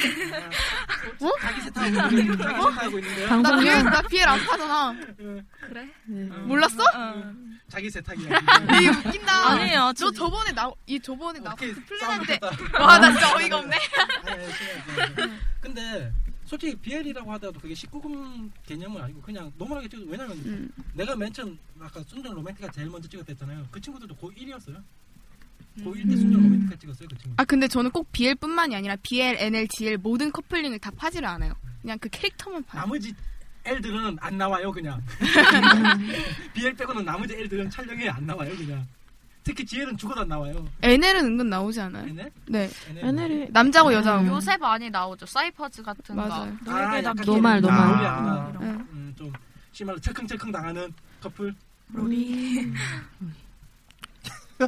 S3: 어? 자기 세트하고 있는 거 자기 세트하고 있는데요
S9: 나
S5: 방송용.
S9: BL 나 BL 안 파잖아.
S6: 그래?
S9: 몰랐어?
S3: 자기 세탁이야
S9: 이 웃긴다.
S6: 아니에요.
S9: 저 저번에 나이 저번에 나
S3: 오케이,
S9: 그 플랜할
S3: 싸움
S9: 때와 나 진짜 어이가 없네.
S3: 아니, 아니, 심해요, 심해요. 근데 솔직히 BL이라고 하더라도 그게 19금 개념은 아니고 그냥 노멀하게 찍어 왜냐면
S9: 음.
S3: 내가 맨 처음 아까 순정 로맨틱가 제일 먼저 찍었다 했잖아요 그 친구들도 고1이었어요 고1
S9: 음.
S3: 때 순정 로맨틱가 찍었어요 그 친구
S9: 아 근데 저는 꼭 BL뿐만이 아니라 BL, NL, GL 모든 커플링을 다 파지를 않아요. 그냥 그 캐릭터만 파요.
S3: 나머지 L들은 안 나와요 그냥
S9: 음.
S3: BL 빼고는 나머지 L들은 촬영에 안 나와요 그냥 특히 GL은 죽어도 안 나와요
S9: NL은 은근 나오지 않아요?
S3: 얘네?
S9: 네.
S3: 얘네?
S5: NL이
S9: 남자고 여자고.
S4: 아, 요새 많이 나오죠. 사이퍼즈 같은 거.
S9: 맞아요.
S3: 아, 약간
S5: 노말, 노말.
S3: 걔네 노리하구나.
S6: 이런
S9: 네.
S3: 음, 좀 심한 철컹철컹 당하는 커플
S6: 로리.
S7: 아,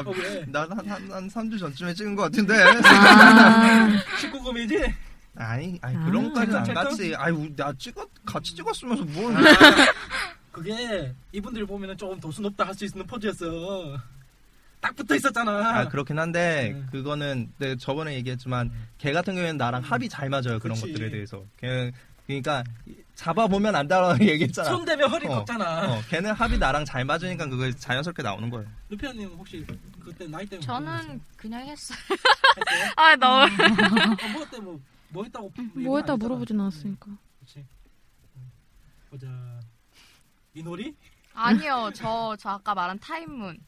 S3: 어, 왜?
S7: 음. 나난한한 3주 전쯤에 찍은 것 같은데.
S3: 아. 19금이지?
S7: 아니, 아니 그런 것까지는 안 같이. 아이, 우리 나 찍었 같이 찍었으면서 뭘?
S3: 그게 이분들 보면은 조금 도수 높다 할 수 있는 포즈였어. 딱 붙어 있었잖아.
S7: 아, 그렇긴 한데
S3: 음.
S7: 그거는 내가 저번에 얘기했지만 걔 같은 경우에는 나랑 합이 잘 맞아요 그런
S3: 그치.
S7: 것들에 대해서. 걔 그러니까 잡아 보면 안다라고 얘기했잖아.
S3: 손 대면 허리
S7: 어,
S3: 꺾잖아.
S7: 어, 걔는 합이 나랑 잘 맞으니까 그걸 자연스럽게 나오는 거예요.
S3: 루피아님 혹시 그때 나이 때문에
S4: 저는 그냥 했어요.
S3: 했어요?
S4: 아, 너무.
S3: 어, 뭐 그때 뭐, 뭐 했다고
S5: 뭐
S4: 아,
S5: 했다 물어보진 않았으니까.
S3: 그렇지. 음, 보자. 이놀이?
S4: 아니요, 저, 저 아까 말한 타임문.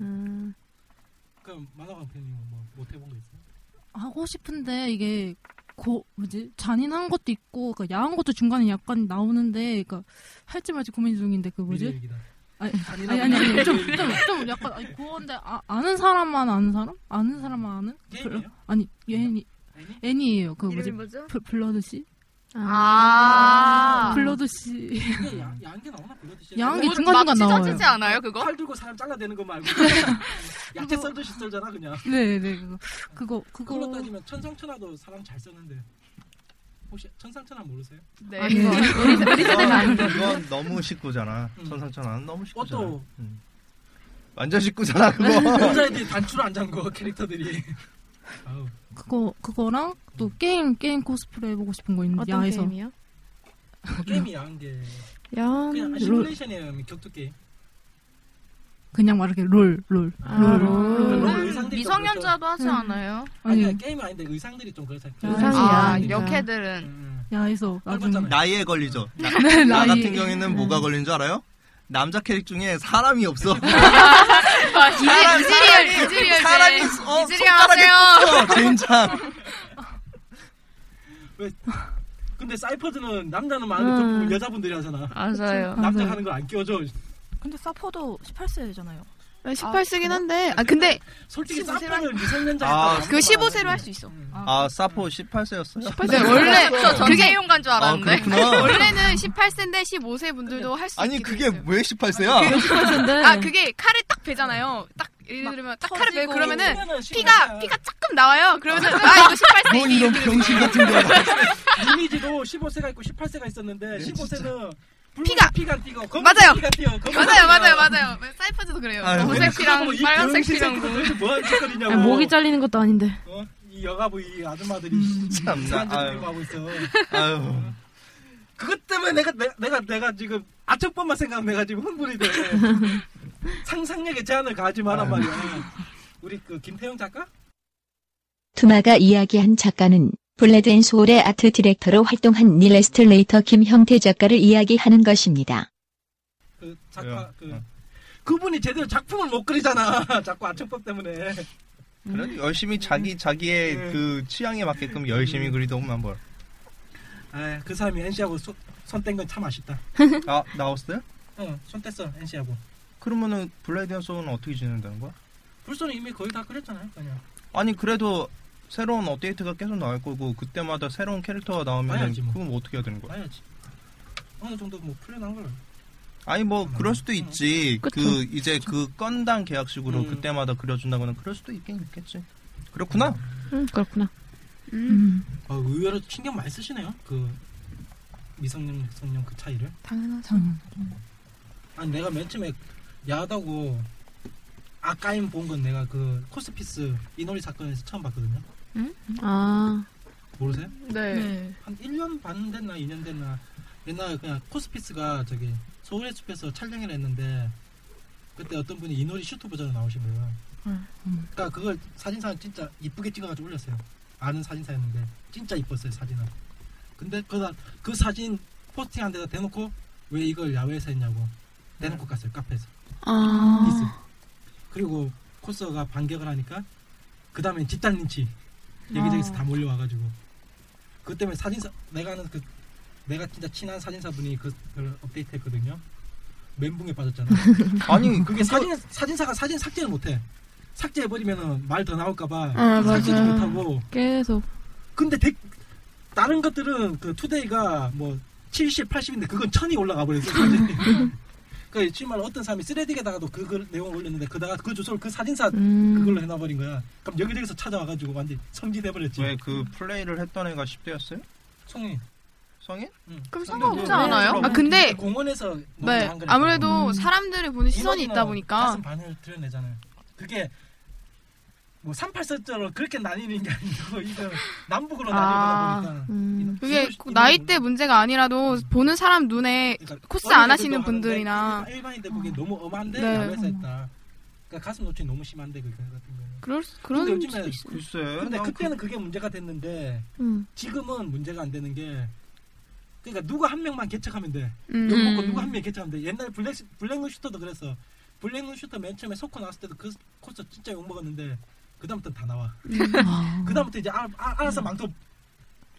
S5: 음.
S3: 그럼 만화광 팬님은 뭐 못해본 거 있어요?
S8: 하고 싶은데 이게 고 뭐지 잔인한 것도 있고 그러니까 야한 것도 중간에 약간 나오는데 그러니까 할지 말지 고민 중인데 그 뭐지? 아니
S3: 잔인한
S8: 아니 아니, 아니
S3: 건
S8: 좀,
S3: 아니에요.
S8: 좀, 좀 약간 아니 그건데 아, 아는 사람만 아는 사람? 아는 사람만 아는?
S3: 게임이에요?
S8: 별로- 아니 애니 애니예요 그 뭐지?
S4: 이름이 뭐죠?
S8: 블- 블러드 씨?
S4: 아.
S8: 블러드 씨
S3: 근데 야- 야한 게 나오나 블러드시?
S8: 야한 게 중간중간 나와요.
S9: 어?
S3: 칼 들고 사람 잘라대는 거 말고
S9: 뭐,
S3: 야채 썰듯이 썰잖아 그냥.
S8: 네네 그거 그거
S3: 그걸로
S8: 그거
S3: 따지면 천상천하도 사람 잘 썼는데 혹시 천상천하 모르세요?
S4: 네.
S8: 아니요. 우리 세- 우리 세대는 아니죠.
S7: 그건 너무 식구잖아.
S3: 음.
S7: 천상천하 너무 식구잖아.
S3: 또?
S7: 음. 완전 식구잖아 그거.
S3: 남자애들이 단추를 안 잠궈 캐릭터들이. 아우.
S8: 그거 그거랑 또 게임 게임 코스프레 해보고 싶은 거 있는데
S5: 어떤
S8: 야에서
S5: 게임이요?
S3: 뭐 게임이 야한 게
S5: 야
S9: 음.
S3: 그냥
S5: 롤,
S3: 시뮬레이션이에요 격투 게임.
S8: 그냥 말하게 롤 롤.
S9: 아.
S5: 아.
S8: 롤.
S3: 롤.
S8: 롤.
S3: 의상들이 좀
S4: 미성년자도 하지
S8: 음.
S4: 않아요?
S3: 아니
S8: 아니.
S3: 게임은 아닌데 의상들이 음, 좀 그렇다.
S4: 아,
S8: 그러니까.
S4: 역캐들은
S9: 음.
S8: 야에서
S3: 아,
S8: 나중에
S7: 나이에 걸리죠. 나,
S8: 네,
S7: 나
S8: 나이.
S7: 같은 경우에는 뭐가 걸린 줄 알아요? 남자 캐릭 중에 사람이 없어.
S4: 이즈리얼 이즈리얼
S7: 사람이 어,
S4: 이즈리얼
S7: 손가락에
S4: 하세요.
S7: 꽂혀. 젠장.
S3: 근데 사이퍼즈는 남자는 많은데
S5: 음.
S3: 좀 여자분들이 하잖아.
S4: 맞아요.
S3: 남자
S8: 맞아요.
S3: 하는 거 안 끼워줘.
S6: 근데 사퍼도 18세잖아요.
S9: 18세긴 한데 아 근데
S3: 솔직히
S9: 15세라?
S3: 사이퍼는 미성년자
S7: 아,
S3: 했다고
S9: 그
S3: 아무도 안
S9: 15세로 할
S3: 하는데.
S9: 수 있어.
S7: 아 사포 18세였어요.
S4: 네, 음. 원래 전체
S9: 그게-
S4: 이용간 줄
S7: 아
S4: 알았는데.
S7: 그렇구나.
S9: 원래는 18세인데 15세 분들도 할 수 있어.
S7: 아니 그게 왜 18세야?
S9: 아 그게 칼을 딱 베잖아요. 딱 예를 들면 딱 칼을 베
S6: 터지고.
S9: 그러면은
S3: 그러면은
S9: 피가
S3: 심하잖아.
S9: 피가 조금 나와요. 그러면은 아 이거 18세
S7: 뭔 이런 병신 같은 거.
S3: 이미지도 15세가 있고 18세가
S7: 네,
S3: 있었는데 15세는
S9: 피가-
S3: 피가 뛰고 검은
S9: 맞아요.
S3: 피가 뛰어 검은
S9: 맞아요, 맞아요, 맞아요. 사이퍼즈도 그래요.
S7: 아유,
S9: 검은색 피랑
S3: 이
S9: 빨간색
S3: 병신
S9: 피랑
S3: 새끼들 도대체 뭐 하는 짓거리냐고.
S5: 아, 목이 잘리는 것도 아닌데.
S3: 어? 이 여가부 이 아줌마들이
S9: 음.
S7: 참나.
S3: 이상한 짓
S7: 아유.
S3: 하고 있어.
S7: 아유.
S3: 그것 때문에 내가 내, 내가 내가 지금 아척법만 생각하면 내가 지금 흥분이 돼. 상상력의 제한을 가지 마란
S7: 아유.
S3: 말이야. 우리 그 김태형 작가?
S10: 투마가 이야기한 작가는 블레드 앤 소울의 아트 디렉터로 활동한 닐 에스틀레이터 김형태 작가를 이야기하는 것입니다.
S3: 그 작가
S7: 왜요?
S3: 그
S7: 어.
S3: 그분이 제대로 작품을 못 그리잖아. 자꾸 아청법 때문에.
S7: 그래도 열심히 자기 자기의
S3: 음.
S7: 그 취향에 맞게끔 열심히 그리더만 뭘.
S3: 아, 그 사람이 NC하고 손뗀 건 참 아쉽다.
S7: 아 나왔어요?
S3: 응, 손 뗐어 NC하고.
S7: 그러면은 블레이드 앤 소울은 어떻게 지낸다는 거야?
S3: 불소는 이미 거의 다 그렸잖아요, 그냥.
S7: 아니 그래도 새로운 업데이트가 계속 나올 거고 그때마다 새로운 캐릭터가 나오면
S3: 봐야지, 뭐.
S7: 그건 뭐 어떻게 해야 되는 거야?
S3: 봐야지. 어느 정도 뭐 풀려난 걸.
S7: 아니 뭐 그럴 수도 있지.
S5: 그쵸.
S7: 그 이제 그 건당 계약식으로
S3: 음.
S7: 그때마다 그려준다거나 그럴 수도 있긴 있겠지. 그렇구나.
S5: 음, 그렇구나.
S9: 음.
S5: 음.
S3: 아, 의외로 신경 많이 쓰시네요. 그 미성년, 미성년 그 차이를.
S9: 당연하죠.
S8: 참.
S3: 아니 내가 맨 처음에 야하다고 아까임 본 건 내가 그 코스피스 이놀이 사건에서 처음 봤거든요.
S5: 아,
S3: 모르세요?
S4: 네.
S6: 네.
S3: 한 1년 반 됐나 2년 됐나 옛날에 그냥 코스피스가 저기 서울의 숲에서 촬영을 했는데 그때 어떤 분이 이놀이 슈트 버전으로 나오신 거예요.
S6: 음.
S3: 그러니까 그걸 사진사는 진짜 이쁘게 찍어가지고 올렸어요. 아는 사진사였는데 진짜 이뻤어요 사진은. 근데 그다 그 사진 포스팅 한 데다 대놓고 왜 이걸 야외에서 했냐고 대놓고 갔어요 카페에서.
S5: 아,
S3: 디스. 그리고 코스가 반격을 하니까 그 다음엔 집단 린치 여기저기서 다 몰려와가지고 그 때문에 사진사 내가 아는 그 내가 진짜 친한 사진사분이 그걸 업데이트했거든요 멘붕에 빠졌잖아
S7: 아니
S3: 그게 사진 사진사가 사진 삭제를 못해 삭제해버리면은 말 더 나올까봐
S9: 아,
S3: 삭제도
S9: 맞아요.
S3: 못하고
S6: 계속.
S3: 근데 데- 다른 것들은 그 투데이가 뭐 70, 80인데 그건 1000이 올라가 버렸어. 그러니까 정말 어떤 사람이 쓰레디에다가도 그, 그 내용을 올렸는데 그다가 그 주소를 그 사진사
S9: 음.
S3: 그걸로 해놔버린 거야. 그럼 여기저기서 찾아와가지고 완전 히 성지돼버렸지.
S7: 왜 그 플레이를 했던 애가 10대였어요?
S3: 송이.
S7: 성인?
S3: 응.
S9: 그럼
S7: 근데
S9: 상관없지
S7: 왜
S9: 않아요?
S7: 그런
S9: 아 근데
S3: 공원에서 농구를
S9: 네
S3: 뭐 한 거니까.
S9: 아무래도 사람들이 보는 시선이
S3: 인원이나
S9: 있다 보니까
S3: 가슴 반을 드러내잖아요. 그게 뭐 38세대로 그렇게 나뉘는 게 아니고 이제 남북으로
S9: 아.
S3: 나뉘다 보니까
S5: 음.
S9: 그게
S3: 이걸-
S9: 꼭 나이대 문제가 아니라도 보는 사람 눈에
S3: 그러니까
S9: 코스 안
S3: 어린애들도
S9: 하시는
S3: 하는데
S9: 분들이나
S3: 일반- 일반인들 보기엔 너무 엄한데
S9: 네.
S3: 야외에서 했다. 그러니까 가슴 노출이 너무 심한데 그게 같은 경우는.
S9: 그럴 수-
S3: 근데
S9: 그런
S3: 요즘에
S7: 글쎄.
S3: 근데
S7: 난
S3: 그때는 그게 문제가 됐는데
S5: 음.
S3: 지금은 문제가 안 되는 게 그러니까 누구 한 명만 개척하면 돼.
S9: 음.
S3: 욕 먹고 누구 한 명 개척하면 돼. 옛날 블랙 블랙문 슈터도 그랬어. 블랙문 슈터 맨 처음에 소코 나왔을 때도 그 코스 진짜 욕 먹었는데 그 다음부터 다 나와.
S9: 음.
S8: 아.
S3: 그 다음부터 이제 알, 알, 알아서 망토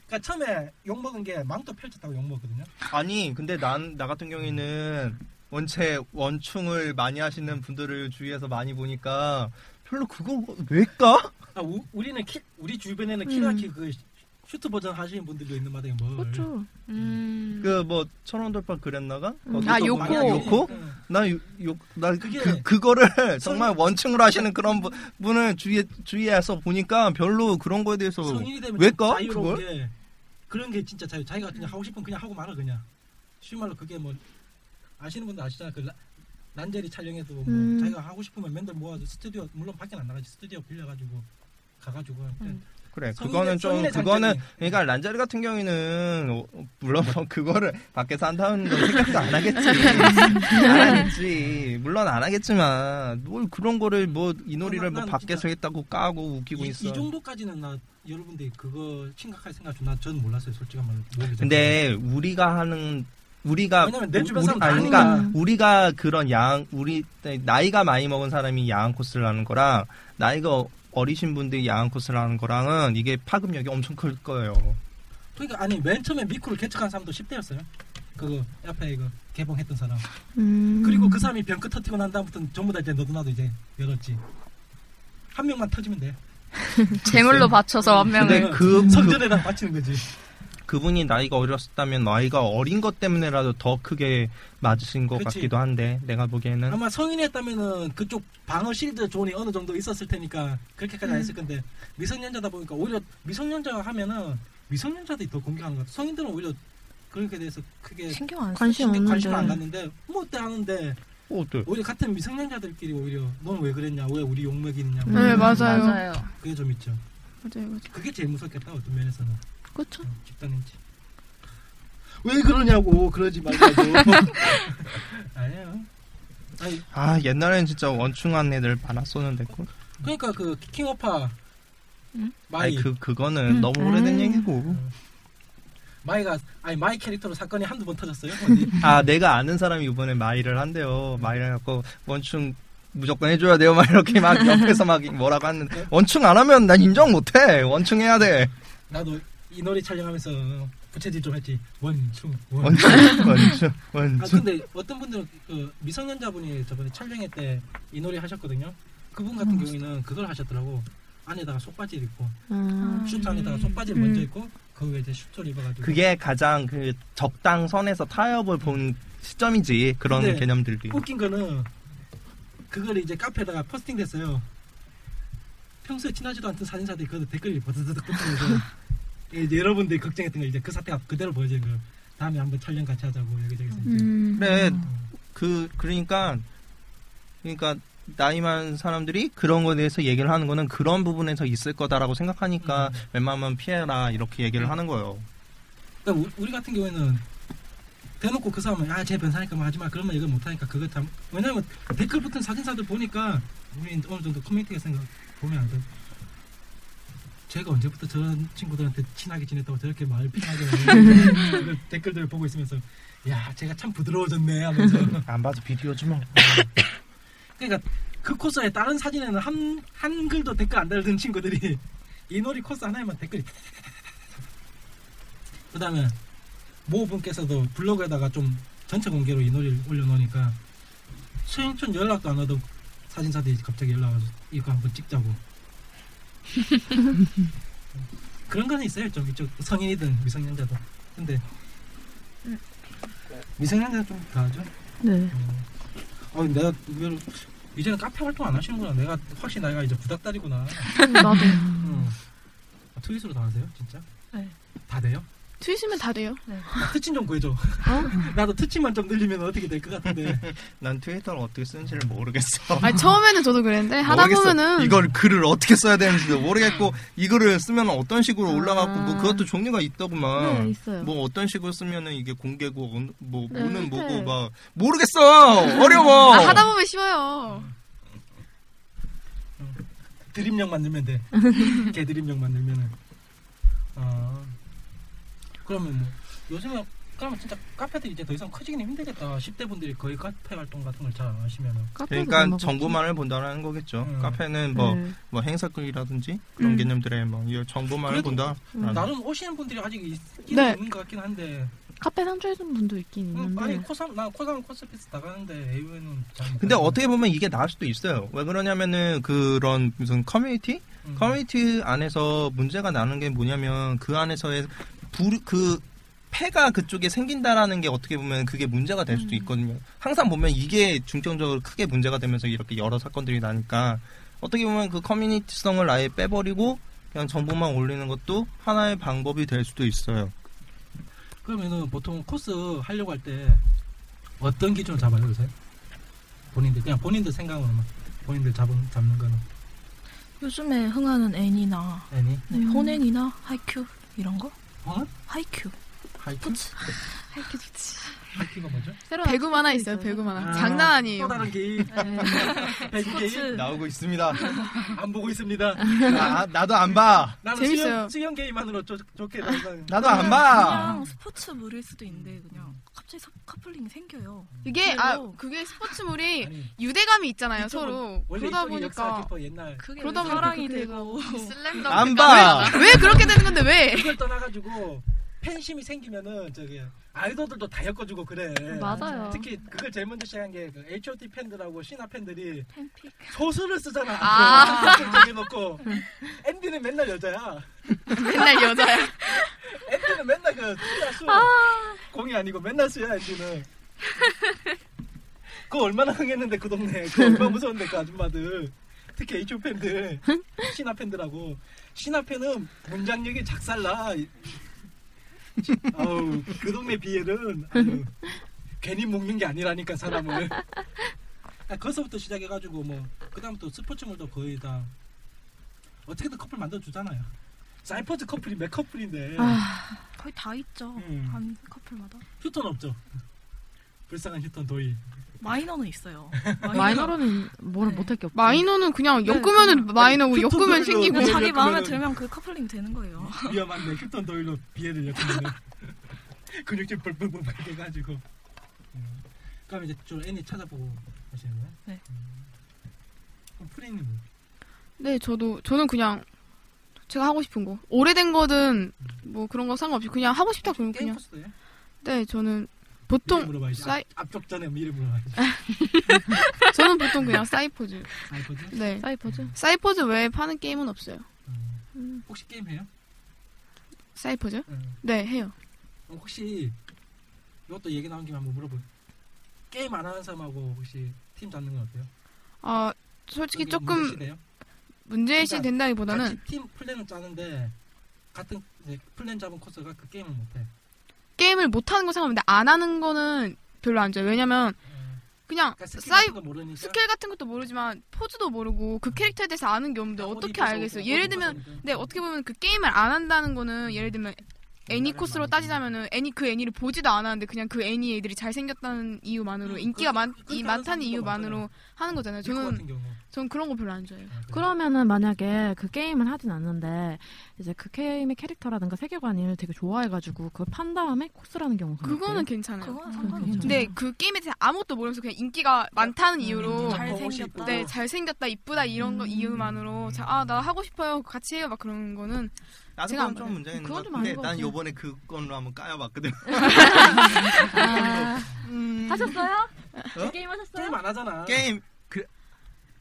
S3: 그러니까 처음에 욕 먹은 게 망토 펼쳤다고 욕 먹거든요.
S7: 그 아니 근데 난 나 같은 경우에는 원체 원충을 많이 하시는 분들을 주위에서 많이 보니까 별로 그거 왜 까?
S3: 아, 우, 우리는 키, 우리 주변에는
S9: 음.
S3: 키라키 그 슈트 버전 하시는 분들도 있는 마당에 뭘.
S7: 그렇죠.
S4: 음.
S7: 그 뭐 천원돌파 그랬나가?
S3: 음.
S7: 거기서
S3: 아,
S7: 보면-
S3: 요코.
S7: 요코? 나요나 그, 그거를 정말 원충으로 하시는 그런 분- 분을 주위에 주위에서 보니까 별로 그런 거에 대해서
S3: 성인이 되면
S7: 왜
S3: 좀
S7: 까?
S3: 자유로운
S7: 그걸?
S3: 게 그런 게 진짜 자유. 자기가 그냥 하고 싶으면 그냥 하고 말아 그냥. 쉬운 말로 그게 뭐 아시는 분들 아시잖아. 그 라- 난제리 촬영에도 뭐
S8: 음.
S3: 자기가 하고 싶으면 맨날 모아서 스튜디오 물론 밖에 안 나가지 스튜디오 빌려가지고 가가지고. 그러니까
S7: 네, 그래
S3: 성인의-
S7: 그거는 좀
S3: 성인의
S7: 그거는
S3: 장점이.
S7: 그러니까 란자리 같은 경우에는 어, 물론 뭐 그거를 밖에서 한다는 건 생각도 안 하겠지 안 하겠지 물론 안 하겠지만 뭘 그런 거를 뭐 이 놀이를 뭐
S3: 어, 난
S7: 밖에서 했다고 까고 웃기고
S3: 이,
S7: 있어
S3: 이 정도까지는 나 여러분들이 그거 심각하게 생각하죠. 나전 몰랐어요. 솔직한 말로. 모르기 전에.
S7: 근데 우리가 하는 우리가
S3: 왜냐면 내
S7: 우-
S3: 주변
S7: 우리-
S3: 사람 다
S7: 아니, 그러니까
S3: 아니까.
S7: 우리가 그런 양 우리 나이가 많이 먹은 사람이 야한 코스를 하는 거랑 나이가 어리신 분들이 야한 코스를 하는 거랑은 이게 파급력이 엄청 클 거예요.
S3: 그러니까 아니 맨 처음에 미쿠를 개척한 사람도 10대였어요. 그거 옆에 이거 개봉했던 사람.
S9: 음.
S7: 음.
S3: 그리고 그 사람이 병 끝터트리고 난 다음부터는 전부 다 이제 너도 나도 이제 열었지. 한 명만 터지면 돼.
S4: 재물로
S3: 네.
S4: 바쳐서 한 명을.
S7: 근데 그-
S3: 성전에다 바치는 거지.
S7: 그분이 나이가 어렸었다면 나이가 어린 것 때문에라도 더 크게 맞으신 것
S3: 그치.
S7: 같기도 한데 내가 보기에는
S3: 아마 성인이었다면은 그쪽 방어 실드 존이 어느 정도 있었을 테니까 그렇게까지
S6: 음.
S3: 안 했을 건데 미성년자다 보니까 오히려 미성년자가 하면은 미성년자들이 더 공격하는 것 같아. 성인들은 오히려 그런 거에 대해서 크게
S6: 신경 안 쓰-
S3: 관심
S6: 관심
S3: 관심 안
S6: 없는데. 아.
S3: 갔는데 뭐 어때 하는데
S7: 어, 어때?
S3: 오히려 같은 미성년자들끼리 오히려 넌 왜 그랬냐 왜 우리 욕먹이느냐
S6: 네, 음, 맞아요. 맞아요.
S3: 그게 좀 있죠
S9: 맞아요 맞아요
S3: 그게 제일 무섭겠다 어떤 면에서는 어,
S6: 그렇죠
S3: 집단인지 왜 그러냐고 그러지 말라고 아니에요 아니
S7: 아 옛날엔 진짜 원충한 애들 받아 쏘는데 그
S3: 그러니까 그 킹오파
S7: 아니
S3: 마이
S7: 그 그거는
S3: 음.
S7: 너무 오래된
S3: 아.
S7: 얘기고
S3: 마이가 아니 마이 캐릭터로 사건이 한두 번 터졌어요 어디
S7: 아 내가 아는 사람이 이번에 마이를 한대요 마이를 갖고 원충 무조건 해줘야 돼요 막 이렇게 막 옆에서 막 뭐라고 하는데 원충 안 하면 난 인정 못해 원충 해야 돼
S3: 나도 이 노래 촬영하면서 부채질 좀 했지 원충 원.
S7: 원충 원충
S3: 아
S7: 원충
S3: 근데 어떤 분들은 그 미성년자분이 저번에 촬영회 때 이 노래 하셨거든요. 그분 같은 경우에는 그걸 하셨더라고. 안에다가 속바지를 입고
S5: 음.
S3: 슈트 안에다가 속바지를
S5: 음.
S3: 먼저 입고 그 위에 이제 슈트를 입어가지고
S7: 그게 가장 그 적당 선에서 타협을 본 시점이지 그런
S3: 근데
S7: 개념들이
S3: 웃긴 거는 그걸 이제 카페에다가 포스팅 됐어요. 평소에 친하지도 않던 사진사들이 그 댓글이 버드드득 붙으면서 이제 여러분들이 걱정했던 걸 이제 그 사태가 그대로 보여지는 거예요. 다음에 한번 촬영 같이 하자고 여기저기서 이제
S9: 음.
S7: 그래 네, 그 그러니까 그러니까 나이 많은 사람들이 그런 거에 대해서 얘기를 하는 거는 그런 부분에서 있을 거다라고 생각하니까
S9: 음.
S7: 웬만하면 피해라 이렇게 얘기를 하는 거예요.
S3: 그러니까 우- 우리 같은 경우에는 대놓고 그 사람은 아쟤 변사니까 뭐 하지 마 그런 말 얘기 못 하니까 그거 참 왜냐면 댓글 붙은 사진사들 보니까 우리 어느 정도 커뮤니티가 생각 보면 안 돼. 제가 언제부터 저런 친구들한테 친하게 지냈다고 저렇게 말을 피하게 댓글들을 보고 있으면서 야 제가 참 부드러워졌네 하면서
S7: 안 봐도 비디오
S9: 뭐.
S7: 좀
S3: 그러니까 그 코스에 다른 사진에는 한 한글도 댓글 안 달던 친구들이 이 놀이 코스 하나에만 댓글이 그다음에 모 분께서도 블로그에다가 좀 전체 공개로 이 놀이를 올려놓으니까 최인촌 연락도 안 하던 사진사들이 갑자기 연락 와서 이거 한번 찍자고 그런 거는 있어요 좀 이쪽 성인이든 미성년자든 근데 미성년자 좀 다하죠
S5: 네.
S3: 아 내가 의외로 이제는 카페 활동 안 하시는구나. 내가 확실히 나이가 이제 부닥다리구나.
S6: 나도.
S3: 응. 아, 트윗으로 다 하세요, 진짜?
S6: 네.
S3: 다 돼요?
S9: 트윗이면 다 돼요
S3: 나 트친 좀 구해줘. 나도 트친만 좀 늘리면 어떻게 될 것 같은데.
S7: 난 트위터를 어떻게 쓰는지를 모르겠어.
S9: 아니 처음에는 저도 그랬는데 하다
S7: 모르겠어.
S9: 보면은
S7: 이걸 글을 어떻게 써야 되는지도 모르겠고 이거를 쓰면 어떤
S9: 아.
S7: 식으로 올라가고 뭐 그것도 종류가 있더구만.
S5: 네, 있어요.
S7: 뭐 어떤 식으로 쓰면은 이게 공개고 어느- 뭐
S9: 네,
S7: 뭐는 뭐고
S9: 네.
S7: 막 모르겠어. 어려워.
S9: 아, 하다 보면 쉬워요
S3: 드림력 만들면 돼. 개 드림력 만들면은. 아. 그러면 뭐 요즘에 그러면 진짜 카페들이 이제 더 이상 커지기는 힘들겠다. 10대 분들이 거의 카페 활동 같은 걸 잘 안 하시면은.
S5: 뭐
S7: 그러니까 정보만을 본다라는 거겠죠.
S5: 네.
S7: 카페는 뭐,
S8: 네.
S7: 뭐 행사글이라든지 그런
S3: 음.
S7: 개념들의 뭐 이거 정보만을
S3: 그래도
S7: 본다.
S3: 나름 오시는 분들이 아직 있긴
S8: 네.
S3: 있는 것 같긴 한데.
S8: 카페 상주해준 분도 있긴
S3: 음,
S8: 있는데
S3: 아니 코삼 나 코삼 코스피스 나가는데 AU는 잘못
S7: 네. 근데 어떻게 보면 이게 나을 수도 있어요. 왜 그러냐면은 그런 무슨 커뮤니티 커뮤니티 안에서 문제가 나는 게 뭐냐면 그 안에서의 불, 그 폐가 그쪽에 생긴다라는 게 어떻게 보면 그게 문제가 될 수도 있거든요. 항상 보면 이게 중점적으로 크게 문제가 되면서 이렇게 여러 사건들이 나니까 어떻게 보면 그 커뮤니티성을 아예 빼버리고 그냥 정보만 올리는 것도 하나의 방법이 될 수도 있어요.
S3: 음. 그러면은 보통 코스 하려고 할 때 어떤 기준을 잡아요 요새? 본인들 그냥 본인들 생각으로만 본인들 잡은 잡는 거는
S6: 요즘에 흥하는 애니나
S3: 애니
S6: 네, 혼애니나 하이큐 이런 거?
S3: 어?
S6: 하이큐.
S3: 하이큐.
S6: 스포츠.
S9: 하이큐 좋지.
S3: 하이큐가 뭐죠?
S9: 배구 만화 있어요. 배구 만화. 장난 아니에요.
S3: 또 다른 게임.
S9: 네.
S3: 배구 게임
S7: 나오고 있습니다.
S3: 안 보고 있습니다.
S7: 나, 나도 안 봐.
S3: 나는
S9: 재밌어요.
S3: 수영, 수영 게임만으로 좋- 좋게 나가는.
S7: 나도 안 봐.
S6: 그냥 스포츠물일 수도 있는데 그냥 갑자기 서, 커플링이 생겨요.
S9: 이게 아 그게 스포츠물이 유대감이 있잖아요 서로
S3: 원래
S9: 그러다
S3: 이쪽이
S9: 보니까
S3: 역사 깊어 옛날.
S6: 그게
S9: 그러다
S6: 왜
S9: 보니까
S6: 사랑이
S9: 그렇게 뭐
S6: 되고
S9: 슬램덩크
S7: 안 봐.
S9: 왜, 왜 그렇게 되는 건데 왜?
S3: 그걸 떠나가지고 팬심이 생기면은 저기 아이돌들도 다 엮어주고 그래.
S9: 맞아요.
S3: 특히 그걸 제일 먼저 시작한 게그 H.O.T 팬들하고 신화 팬들이 소설을 쓰잖아.
S9: 아.
S3: 앞에 소설 정해놓고 앤디는 맨날 여자야.
S9: 맨날 여자야.
S3: 앤디는 맨날 그 수야 수. 공이 아니고 맨날 수야 앤디는. 그거 얼마나 흥했는데 그 동네. 그거 얼마나 무서운데 그 아줌마들. 특히 H.O. 팬들. 신화 팬들하고. 신화 팬은 문장력이 작살나. 아우 그 동네 비엘은 아유, 괜히 먹는 게 아니라니까 사람을 아, 거기서부터 시작해가지고 뭐 그다음부터 스포츠물도 거의 다 어떻게든 커플 만들어 주잖아요 사이퍼즈 커플이 몇 커플인데
S6: 거의 다 있죠.
S3: 음.
S6: 한 커플마다.
S3: 휴턴 없죠 불쌍한 휴턴 도희
S6: 마이너는 있어요.
S5: 마이너로는 뭘 못할 게 없죠.
S9: 마이너는 그냥 엮으면은 마이너고 엮으면 생기고
S6: 자기 마음에 들면 그 커플링 되는 거예요.
S3: 위험한데 휴턴 도일로 비애를 엮으면 근육질 벌벌벌 돼가지고 음. 그럼 이제 좀 애니 찾아보고 하시는 거예요? 음.
S6: 네
S3: 그럼 프레임이 뭐
S9: 네, 저도 저는 그냥 제가 하고 싶은 거 오래된 거든 뭐 그런 거 상관없이 그냥 하고 싶다 그러면
S3: 게임
S9: 그냥
S3: 코스도 해요?
S9: 네 저는
S3: 미리
S9: 보통
S3: 물어봐야지
S9: 사이 아.
S3: 앞, 앞쪽 전에 미리 물어봐야지
S9: 저는 보통 그냥 사이퍼즈
S3: 사이퍼즈?
S9: 네
S5: 사이퍼즈
S9: 사이퍼즈 외에 파는 게임은 없어요 음,
S3: 혹시 게임 해요?
S9: 사이퍼즈
S3: 음.
S9: 네 해요
S3: 그럼 혹시 이것도 얘기 나온 김에 한번 물어볼 게임 안 하는 사람하고 혹시 팀 잡는 건 어때요?
S9: 아 솔직히
S3: 그게
S9: 조금
S3: 문제시대요?
S9: 문제시
S3: 그러니까
S9: 된다기보다는
S3: 같이 팀 플랜을 짜는데 같은 이제 플랜 잡은 코스가 그 게임을 못해
S9: 게임을 못 하는 건 상관없는데 안 하는 거는 별로 안 좋아요 왜냐면 그냥
S3: 그러니까 스킬
S9: 사이
S3: 같은 거 모르니까
S9: 스킬 같은 것도 모르지만 포즈도 모르고 그 캐릭터에 대해서 아는 게 없는데 어떻게
S3: 입에서
S9: 알겠어요?
S3: 오고 그러니까.
S9: 예를
S3: 어디
S9: 들면
S3: 가서
S9: 네 어떻게 보면 그 게임을 안 한다는 거는 예를 들면 애니 코스로 따지자면은 애니 그 애니를 보지도 않았는데 그냥 그 애니 애들이 잘 생겼다는 이유만으로
S3: 음, 그렇죠.
S9: 인기가 많, 이 많다는 이유만으로 하는 거잖아요.
S5: 리코 같은
S9: 저는
S3: 경우. 어, 네.
S9: 전 그런 거 별로 안 좋아해요.
S5: 그러면은 만약에 그 게임은 하진 않는데 이제 그 게임의 캐릭터라든가 세계관을 되게 좋아해가지고 그걸 판 다음에 코스라는 경우가
S9: 그거는
S5: 있대요.
S9: 괜찮아요.
S5: 상관없죠.
S9: 근데 그 게임에 대해서 아무것도 모르면서 그냥 인기가
S4: 음,
S9: 많다는
S3: 아,
S9: 이유로
S3: 뭐
S6: 잘생겼다.
S9: 네, 잘생겼다, 이쁘다 이런 거 이유만으로 아 나 하고 싶어요, 같이 해요 막 그런 거는
S7: 나도
S9: 제가
S7: 그건
S9: 안
S7: 좀
S9: 봐요.
S7: 문제 있는
S9: 그건
S7: 것
S9: 좀
S7: 같은데
S9: 아닌 것
S7: 난
S9: 같아요.
S7: 요번에 그건로 한번 까여봤거든 음.
S5: 아,
S1: 하셨어요?
S7: 어?
S1: 게임 하셨어요?
S3: 게임 안 하잖아
S7: 게임 그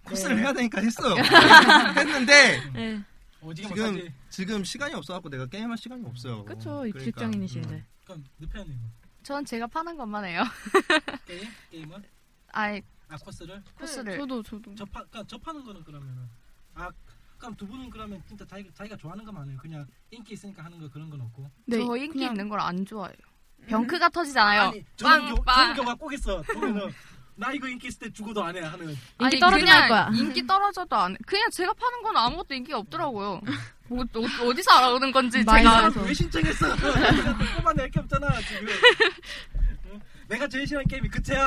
S7: 코스를
S3: 네.
S7: 해야 되니까 했어요 했는데
S5: 네.
S3: 어, 오지게
S7: 지금
S3: 못하지
S7: 지금 시간이 없어갖고 내가 게임할 시간이 없어요
S5: 그쵸,
S7: 그러니까,
S5: 직장인이신데.
S7: 음.
S3: 그럼 늪현님
S4: 전 제가 파는 것만 해요.
S3: 게임? 게임은?
S4: 아이
S3: 아 코스를?
S4: 코스를. 네, 저도,
S9: 저도
S3: 접하, 그러니까 접하는 거는 그러면은 아 그럼 두 분은 그러면 진짜 자기가, 자기가 좋아하는 것만 해요 그냥 인기 있으니까 하는 거 그런 건 없고
S9: 네,
S4: 저 인기 있는 걸 안 좋아해요. 병크가 음? 터지잖아요.
S3: 아니
S4: 빵,
S3: 전교
S4: 빵.
S3: 전교가 꼭 있어 보면은 나 이거 인기 있을 때 죽어도 안 해 하는
S4: 아니,
S5: 떨어지면
S4: 그냥
S5: 할 거야.
S4: 인기 떨어져도 안. 그냥 제가 파는 건 아무것도 인기가 없더라고요.
S9: 음.
S4: 뭐, 어, 디서 알아오는 건지 제가.
S3: 왜 신청했어 내가 또 뽑아낼 게 없잖아 지금 응? 내가 제일 싫어하는 게임이 그체야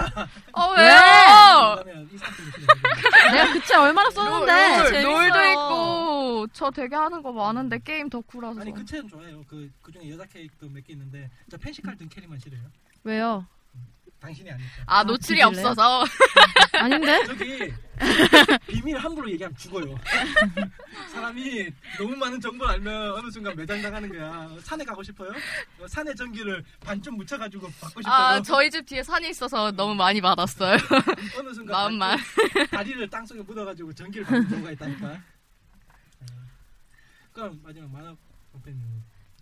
S4: 어
S5: 왜?
S4: 왜요?
S3: 그러면 이 사람들이
S9: 아,
S4: 아,
S5: 음. 내가 그치 얼마나 썼는데
S4: 롤, 롤도 있고 저 되게 하는 거 많은데 게임 덕후라서.
S3: 아니 그 책은 좋아요. 그 그중에 여자 캐릭터 몇 개 있는데 저 펜시칼 든 캐릭만 싫어요.
S4: 왜요?
S3: 당신이 아니까.
S4: 아, 노출이
S3: 비밀래요?
S4: 없어서. 아닌데?
S3: 저기 비밀 함부로 얘기하면 죽어요. 사람이 너무 많은 정보를 알면 어느 순간 매장당하는 거야. 산에 가고 싶어요? 어, 산의 전기를 반쯤 묻혀가지고 받고 싶어요.
S4: 아, 저희 집 뒤에 산이 있어서 너무 많이 받았어요.
S3: 어느 순간
S4: 마음만.
S3: 발톱, 다리를 땅속에 묻어가지고 전기를 받는 경우가 있다니까. 어. 그럼 마지막 만화 선배님.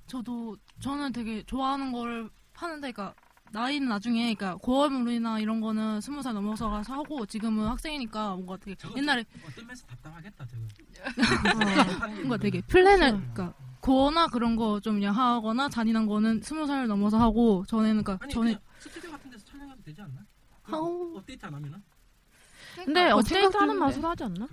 S8: 저도 저는 되게 좋아하는 걸 파는데 그러니까 나이는 나중에 그러니까 고어물이나 이런 거는 스무 살 넘어서 가서 하고 지금은 학생이니까 뭔가 되게 옛날에
S3: 어떤 면에서 답답하겠다 저거.
S6: 어.
S8: 뭔가 되게 플랜을 그러니까 고어나 그런 거 좀 그냥 하거나 잔인한 거는 스무 살 넘어서 하고 전에는 그러니까
S3: 아니
S8: 전에
S3: 그냥 스튜디오 같은 데서 촬영해도 되지 않나? 그거 업데이트 안 하면은?
S5: 근데
S8: 어,
S5: 업데이트
S8: 생각
S5: 하는
S8: 드는데.
S5: 맛으로 하지 않나?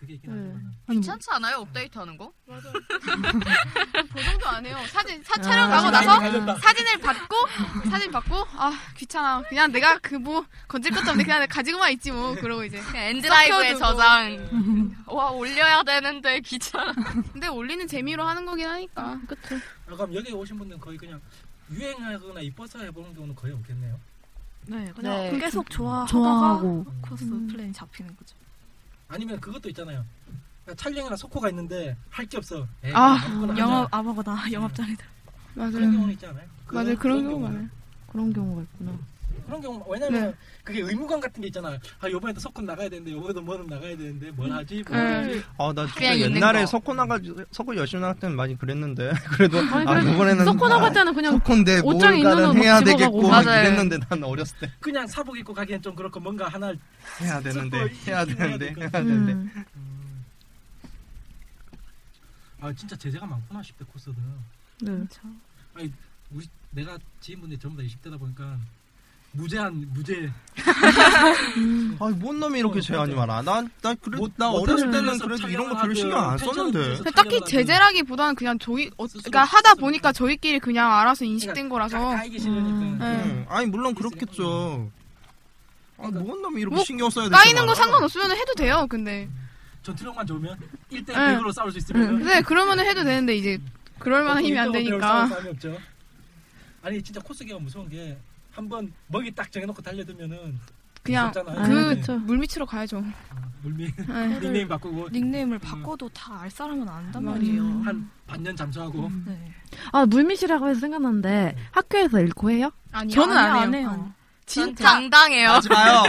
S3: 그게 있긴
S5: 네.
S4: 귀찮지 않아요? 업데이트 하는 거?
S9: 맞아요. 그 보정도 안 해요. 사진 사
S4: 아,
S9: 촬영 가고
S4: 사진
S9: 나서
S4: 많이 걸렸다.
S9: 사진을 받고 사진 받고 아 귀찮아. 그냥 내가 그 뭐 건질 것도 없는데 그냥 가지고만 있지 뭐 그러고 이제
S4: 그냥 엔드라이브에 저장.
S9: 와 올려야 되는데 귀찮아. 근데 올리는 재미로 하는 거긴 하니까. 그렇죠.
S3: 아, 그럼 여기 오신 분들은 거의 그냥 유행하거나 이뻐서 해보는 경우는 거의 없겠네요.
S6: 네, 그냥
S3: 네.
S6: 계속 좋아하다가
S3: 좋아하고.
S6: 코스
S9: 음.
S6: 플랜이 잡히는 거죠.
S3: 아니면 그것도 있잖아요. 그러니까 촬영이나 소코가 있는데 할 게 없어. 에이, 아무거나
S6: 아,
S3: 하자.
S6: 영업 아무거나 영업장이다.
S9: 맞아요.
S3: 그런 경우는 있지 않아요?
S6: 맞아요, 그런 경우
S3: 경우는.
S6: 많아요.
S5: 그런 경우가 있구나.
S7: 아,
S3: 그런 경우 왜냐면
S9: 네.
S3: 그게 의무감 같은 게 있잖아. 아 이번에도 석권 나가야 되는데 이번에도 뭐는 나가야 되는데
S9: 음.
S3: 뭘 하지? 뭐. 뭘
S9: 네.
S3: 하지?
S7: 아, 나 진짜
S3: 그냥 있는
S7: 옛날에
S3: 거.
S7: 석고 나가 석고 열심히 나갈 때는 많이 그랬는데 그래도
S3: 아니,
S7: 아
S3: 그래도
S7: 이번에는
S3: 석고 나갈
S5: 때는 그냥
S7: 석고인데
S5: 옷장 있는 옷
S7: 뭘가는
S5: 막
S7: 해야
S5: 집어가고.
S7: 되겠고 막
S5: 맞아요.
S7: 이랬는데 난 어렸을 때
S3: 그냥 사복 입고 가기엔 좀 그렇고 뭔가 하나
S7: 해야 되는데 해야 되는데 해야
S3: 될것
S7: 되는데
S5: 음.
S3: 아 진짜 제재가 많구나 10대 코스는.
S5: 네.
S3: 아니 우리 내가 지인분들 전부 다 20대다 보니까 무제한 무제.
S7: 아니 뭔 놈이 이렇게 제한이 많아. 난나 그래 음. 뭐, 나
S3: 못
S7: 어렸을
S3: 하는
S7: 때는
S3: 데서
S7: 그래도 이런 거
S3: 촬영하든
S7: 별로 신경 안
S3: 패션을
S7: 썼는데.
S9: 근데 딱히 제재라기보다는 그냥 저희 어, 그러니까 하다 보니까 저희끼리 그냥 알아서 인식된
S3: 그러니까
S9: 거라서. 네.
S7: 음, 아니 물론 그렇겠죠. 아니 뭔 놈이 이렇게
S9: 뭐,
S7: 신경 써야 되
S9: 까이는 거 상관없으면 해도 돼요. 근데
S3: 전투력만 좋으면 1대
S9: 네.
S3: 100으로 싸울 수 있으면.
S9: 근데 네, 그러면은 해도 되는데 이제 그럴 만한 힘이 안 되니까.
S3: 아니 진짜 코스기가 무서운 게 한번 먹이 딱 정해놓고 달려들면은
S9: 그냥
S3: 무섭잖아요.
S9: 그 물 밑으로 가야죠.
S3: 물미
S9: 네.
S3: 닉네임 바꾸고
S6: 닉네임을 바꿔도 다 알 사람은 안단
S3: 음,
S6: 말이에요. 네.
S3: 한 반년 잠수하고
S5: 아 물밑이라고 해서 생각났는데 학교에서 읽고 해요?
S9: 아니요,
S5: 저는
S9: 아니요, 어.
S5: 안
S9: 안
S5: 해요.
S9: 해요.
S5: 진짜
S4: 당당해요.
S7: 까지 마요.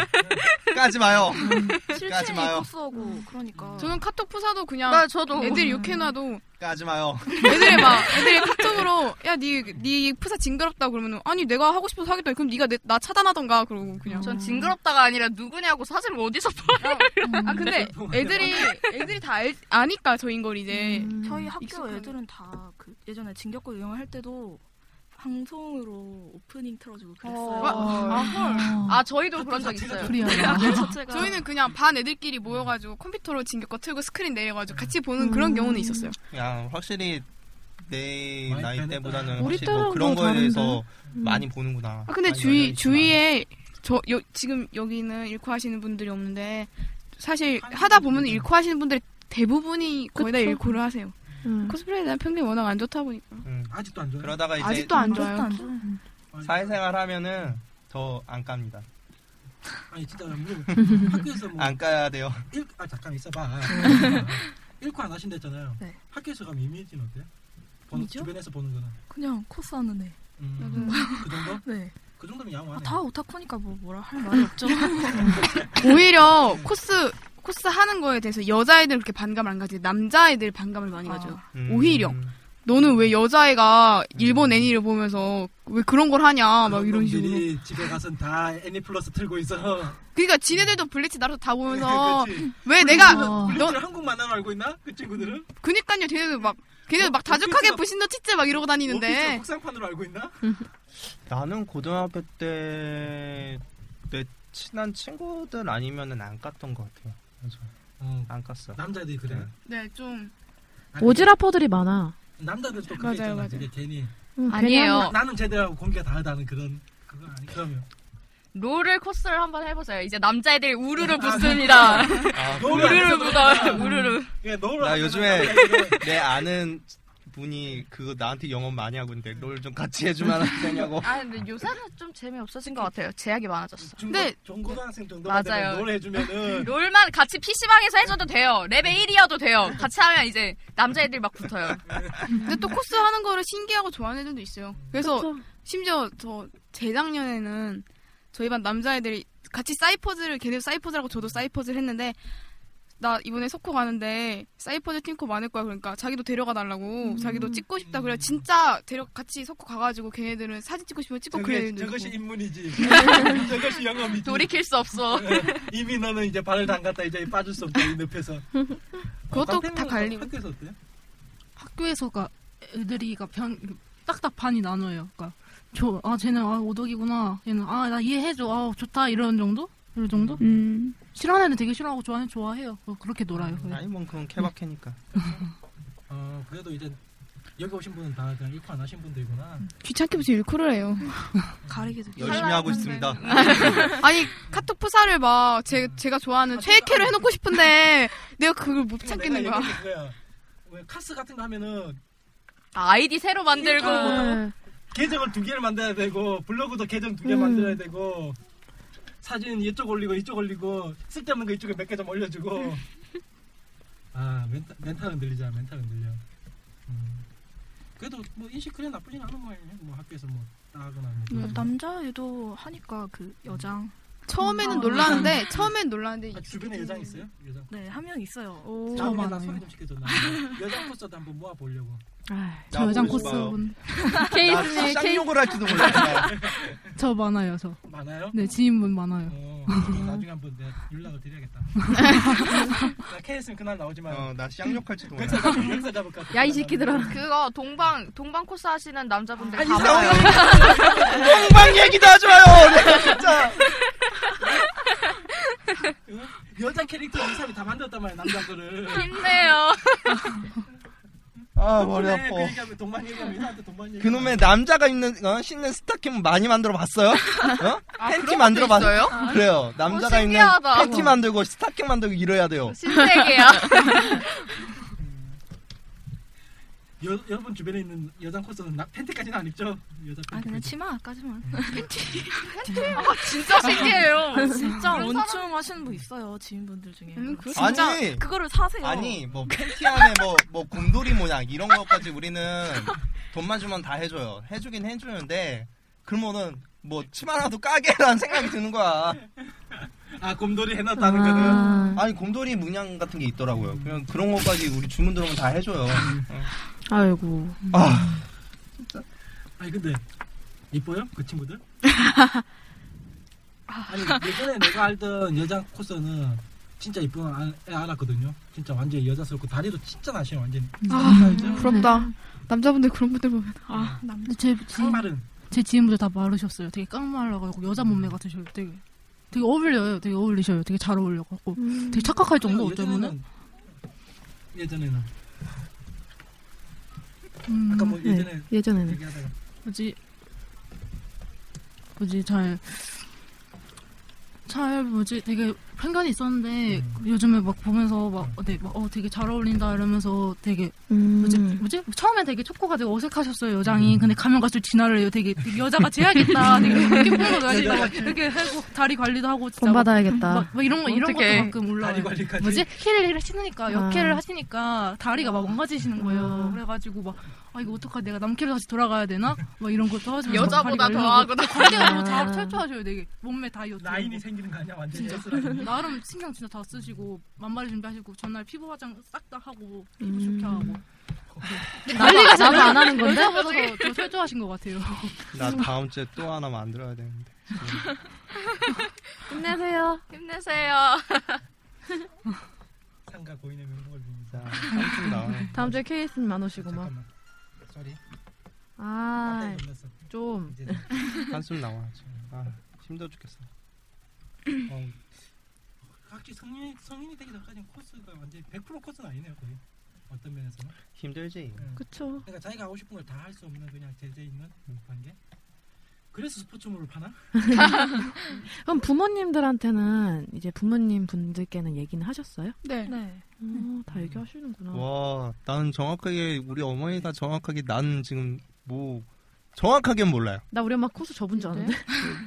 S7: 까지 마요. 까지
S9: 네. 음, 실체에
S7: 마요.
S9: 입소하고 그러니까. 저는 카톡 프사도 그냥
S4: 나 저도.
S9: 애들 욕해놔도
S7: 까지 마요.
S9: 애들이 막 애들이 카톡으로 야니니 프사 징그럽다 그러면 아니 내가 하고 싶어서 하겠다 그럼 네가 내, 나 차단하던가 그러고 그냥.
S4: 전 징그럽다가 아니라 누구냐고 사진을 뭐 어디서 봐요?
S8: 음.
S9: 아 근데 애들이 애들이 다 알, 아니까 저인 걸 이제.
S6: 네,
S4: 음.
S8: 음. 아,
S6: 저희 학교 애들은 다 그 예전에 진격고 유형을 할 때도 방송으로 오프닝 틀어주고 그랬어요.
S9: 어. 아, 아, 헐.
S4: 아, 저희도 그런 적 있어요.
S6: 자체가-
S9: 아, 저희는 그냥 반 애들끼리 모여가지고 컴퓨터로 진격거 틀고 스크린 내려가지고 같이 보는
S7: 음.
S9: 그런 경우는 있었어요.
S7: 야 확실히 내 나이 때보다는
S9: 우리
S7: 확실히 뭐
S9: 때랑은
S7: 그런 거에
S9: 다른데?
S7: 대해서
S9: 음.
S7: 많이 보는구나.
S9: 아, 근데
S7: 많이
S9: 주위 주위에 저 여- 지금 여기는 일코 하시는 분들이 없는데 사실 하다 보면 일코 하시는 분들이 대부분이 거의 다
S7: 그쵸. 음.
S9: 일코를 하세요.
S5: 음.
S8: 그
S9: 코스프레에 대한 평균이 워낙 안 좋다 보니까
S3: 아직도 안 좋아요.
S7: 그러다가 이제
S9: 아직도 안 좋아요.
S7: 사회생활 하면은 더 안 깝니다.
S3: 아니 진짜 물어보 학교에서 뭐
S7: 안 까야 돼요.
S3: 일, 아 잠깐 있어봐. 일코 안 하신다 했잖아요.
S6: 네.
S3: 학교에서 가면 이미지는 어때요? 보는,
S6: 이미지요?
S3: 주변에서 보는 거는
S6: 그냥 코스 하는 애.
S9: 음.
S3: 그 정도?
S6: 네.
S3: 그 정도면
S9: 아,
S3: 야무하네.
S6: 다 오타쿠니까 뭐 뭐라 할 말이 없죠.
S9: 오히려 코스 코스 하는 거에 대해서 여자애들 그렇게 반감을 안 가지 남자애들 반감을 많이
S7: 아.
S9: 가져요.
S7: 음.
S9: 오히려 너는 왜 여자애가 일본 애니를 보면서 왜 그런 걸 하냐 아, 막 이런 식으로.
S3: 이 집에 가선 다 E 애니플러스 틀고 있어.
S9: 그러니까 지네들도 블리치 나루토 다 보면서 어.
S3: 그치.
S9: 왜
S3: 블리치는-
S9: 내가 너
S3: 블리치를 한국 만화로 알고 있나? 그 친구들은?
S9: 그니까요 걔네들 막 걔네들 막 다죽하게 부신도 치즈 어, 막 이러고
S3: 원피스가
S9: 다니는데
S3: 국산판으로 알고 있나?
S7: 나는 고등학교 때 내 친한 친구들 아니면은 안 깠던 것 같아요. 맞아. 안 깠어.
S3: 남자들이 그래.
S9: 네좀
S5: 오지라퍼들이 많아.
S3: 남자들 또 그게
S9: 맞아요, 어.
S3: 있잖아.
S9: 맞아요.
S3: 그게 괜히
S5: 음, 아니에요.
S3: 나는 제대로 공기가 다르다는 그런 그거 아니 그러면
S4: 롤을 코스를 한번 해보세요. 이제 남자애들이
S9: 아.
S4: 우르르 붙습니다.
S7: 아,
S4: 우르르 묻어요. 우르르.
S3: 예,
S7: 나 요즘에 내 아는 분이 그거 나한테 영업 많이 하고 있는데 롤 좀 같이 해주면 안 되냐고.
S4: 아 근데 요새는 좀 재미 없어진 것 같아요. 제약이 많아졌어.
S3: 근데 전고등학생 정도
S4: 맞아요.
S3: 롤 해주면은
S9: 뭐-
S4: 롤만 같이 PC방에서 해줘도 돼요. 레벨 1이어도 돼요. 같이 하면 이제 남자애들이 막 붙어요.
S9: 근데 또 코스 하는 거를 신기하고 좋아하는 애들도 있어요. 그래서 심지어 저 재작년에는 저희 반 남자애들이 같이 사이퍼즈를 걔네도 사이퍼즈라고 저도 사이퍼즈를 했는데 나 이번에 석호 가는데 사이퍼즈 팀코 많을 거야 그러니까 자기도 데려가 달라고
S3: 음.
S9: 자기도 찍고 싶다 그래 진짜 데려 같이 석호 가가지고 걔네들은 사진 찍고 싶으면 찍고 그래
S3: 저것이, 저것이 인문이지. 저것이 네. 영업이지.
S4: 돌이킬 수 없어.
S3: 이미 너는 이제 발을 담갔다 이제 빠질 수 없다 이 늪에서.
S9: 그것도
S3: 깡패는
S9: 다 갈리고.
S3: 학교에서 어때요?
S8: 학교에서가 애들이 그러니까 변 딱딱 반이 나눠요. 그러니까 저아 쟤는 아 오덕이구나. 얘는 아 나 이해해줘. 아 좋다 이런 정도? 이런 정도?
S5: 음.
S9: 음.
S8: 싫어하는 애는 되게 싫어하고 좋아하는 애는 좋아해요. 어, 그렇게 놀아요.
S7: 아니 뭐 그건 케바케니까.
S3: 음. 어 그래도 이제 여기 오신 분은 다 그냥 일코 안 하신 분들이구나.
S9: 귀찮게 무슨 일코를 해요.
S3: 가리게 되
S7: 열심히 하고 있습니다.
S3: 음.
S9: 아니 카톡 프사를 막 제, 제가 좋아하는 최애캐로 해놓고 싶은데 내가 그걸
S3: 그러니까
S9: 못 참겠는 거야.
S3: 왜 카스 같은 거 하면은
S4: 아이디 새로 만들고.
S3: 계정을 두 개를 만들어야 되고 블로그도 계정 두 개
S8: 음.
S3: 만들어야 되고 사진 이쪽 올리고 이쪽 올리고 쓸데없는 거 이쪽에 몇 개 좀 올려주고 아 멘탈 멘탈은 늘리자 멘탈은 늘려 음. 그래도 뭐 인식 그래 나쁘진 않은 거예요 뭐 학교에서 뭐 따거나
S6: 음.
S3: 뭐
S6: 네, 남자애도 하니까 그 여장
S9: 처음에는
S6: 아,
S9: 놀라는데
S6: 맞아요.
S9: 처음엔 놀라는데
S3: 주변에 여장 있어요? 여장
S6: 네, 한 명 있어요. 아,
S3: 다음에 나 소개 좀 시켜줘 나 여장 포스도 한번 모아보려고
S8: 저 여장
S3: 나보고 싶어요.
S8: 코스분
S3: 나
S8: 케이스네
S3: 쌍욕을
S8: 케이스
S3: 할지도 몰라.
S8: 저 많아요 저.
S3: 많아요?
S8: 네 지인분 많아요.
S3: 어, 나중에 한번 내가 연락을 드려야겠다. 나 케이스는 그날 나오지만.
S7: 어, 나 쌍욕할지도 몰라.
S3: 역사 잡을, 역사 잡을 것 같아.
S4: 그거 동방 동방 코스 하시는 남자분들
S3: 아니,
S4: 다
S3: 싸우는
S4: 봐요.
S7: 동방 얘기도 하지 마요. 내가 진짜.
S3: 여자 캐릭터 이 사람이 다 만들었단 말이야 남자 거를.
S4: 힘내요.
S7: 아 머리
S3: 그래,
S7: 아파.
S3: 그 얘기하면 동방 얘기하면 이 사람한테 동방 얘기.
S7: 그놈의 남자가 입는 어, 신는 스타킹 많이 만들어 봤어요? 어?
S3: 아,
S7: 팬티
S3: 그런
S7: 만들어
S3: 것도 있어요?
S7: 봤어요? 그래요. 남자가
S3: 어,
S7: 입는
S3: 신기하다.
S7: 팬티 만들고 스타킹 만들고 이래야 돼요.
S4: 신세계야.
S3: 여, 여러분 주변에 있는 여자 코스는 나, 팬티까지는 안 입죠? 여자
S6: 아,
S3: 팬티.
S6: 그냥 치마까지만. 팬티.
S4: 아, 진짜 신기해요.
S6: 진짜
S4: 그런
S6: 원충 하시는 분 있어요, 지인분들 중에.
S5: 음, 그렇죠.
S7: 아니.
S6: 그거를 사세요.
S7: 네. 아니 뭐 팬티 안에 뭐 뭐 곰돌이 모양 이런 것까지 우리는 돈만 주면 다 해줘요. 해주긴 해주는데 그러면은 뭐 치마라도 까게라는 생각이 드는 거야.
S3: 아 곰돌이 해놨다는
S7: 거는 아니 곰돌이 문양 같은 게 있더라고요. 그냥 그런 것까지 우리 주문 들어오면 다 해줘요.
S5: 아이고.
S7: 아.
S3: 아니 근데 이뻐요 그 친구들? 아니 예전에 내가 알던 여자 코스는 진짜 이쁜 아- 애 알았거든요. 진짜 완전 히 여자스럽고 다리도 진짜 나셔 완전.
S9: 아 부럽다. 남자분들 그런 분들 보면 아
S8: 근데 제 지인,
S3: 깡마른.
S8: 제 지인분들 다 마르셨어요. 되게 깡말라가지고
S5: 음.
S8: 여자 몸매 같으셔요. 되게 되게 어울려요. 되게 어울리셔요. 되게 잘 어울려갖고
S5: 음.
S8: 되게 착각할 정도 어쩌면은
S3: 예전에는 예전에는
S8: 음,
S3: 아까 뭐 예전에
S8: 네, 예전에는
S3: 얘기하다가
S8: 뭐지 뭐지 잘. 잘 뭐지 되게 편견이 있었는데
S5: 음.
S8: 요즘에 막 보면서 막, 어, 네, 막 어, 되게 잘 어울린다 이러면서 되게 뭐지 뭐지 처음에 되게 초코가 되게 어색하셨어요
S5: 음.
S8: 여장이 근데 가면 갈수록 진화를 해요 되게, 되게 여자가 재야겠다 되게 이렇게 보고 넣어야지 막 이렇게 하고 다리 관리도 하고 진짜
S5: 돈
S8: 막-
S5: 받아야겠다.
S8: 막, 막 이런 거 이런
S5: 어떡해.
S8: 것도 가끔 올라와요
S5: 다리 관리까지?
S8: 뭐지 힐을 힐을 신으니까
S5: 아.
S8: 역캐를 하시니까 다리가
S5: 음.
S8: 막 망가지시는 거예요 그래가지고 막 아, 이거 어떡하 내가 남캐로 다시 돌아가야 되나 막 이런 것도 하시고
S4: 여자보다 더 하고 나-
S8: 관계가 너무
S5: 아.
S8: 잘 철저하셔요 되게 몸매 다이어트
S3: 라인이 생기는 거 아니야 완전
S8: 진짜
S3: 예술하는.
S8: 나름 신경 진짜 다 쓰시고 만발 준비하시고 전날 피부 화장 싹 다 하고 피부
S5: 음.
S8: 좋게 하고
S5: 난리가 나도 안 하는 건데?
S8: 여자보다 더, 더 철저하신 것 같아요.
S7: 나 다음 주에 또 하나 만들어야 되는데.
S4: 힘내세요. 힘내세요.
S3: 상가 고인의 명복을 빕니다.
S5: 다음 주에 케이스님 안 오시고 막.
S3: 쏘리. 네.
S5: 아, 좀.
S7: 한숨 나와. 지금. 아 힘들어 죽겠어. 어,
S3: 각기 성인 성인이 되기 전까지는 코스가 완전 100% 코스는 아니네요 거의 어떤 면에서는.
S7: 힘들지.
S3: 응.
S5: 그쵸.
S3: 그러니까 자기가 하고 싶은 걸 다 할 수 없는 그냥 제재 있는 관계. 그래서 스포츠물을 파나?
S5: 그럼 부모님들한테는 이제 부모님 분들께는 얘기는 하셨어요?
S9: 네.
S5: 어, 다 얘기하시는구나.
S7: 와, 나는 정확하게 우리 어머니가 정확하게 난 지금 뭐 정확하게 몰라요.
S5: 나 우리 엄마 코스 접은 줄 아는데.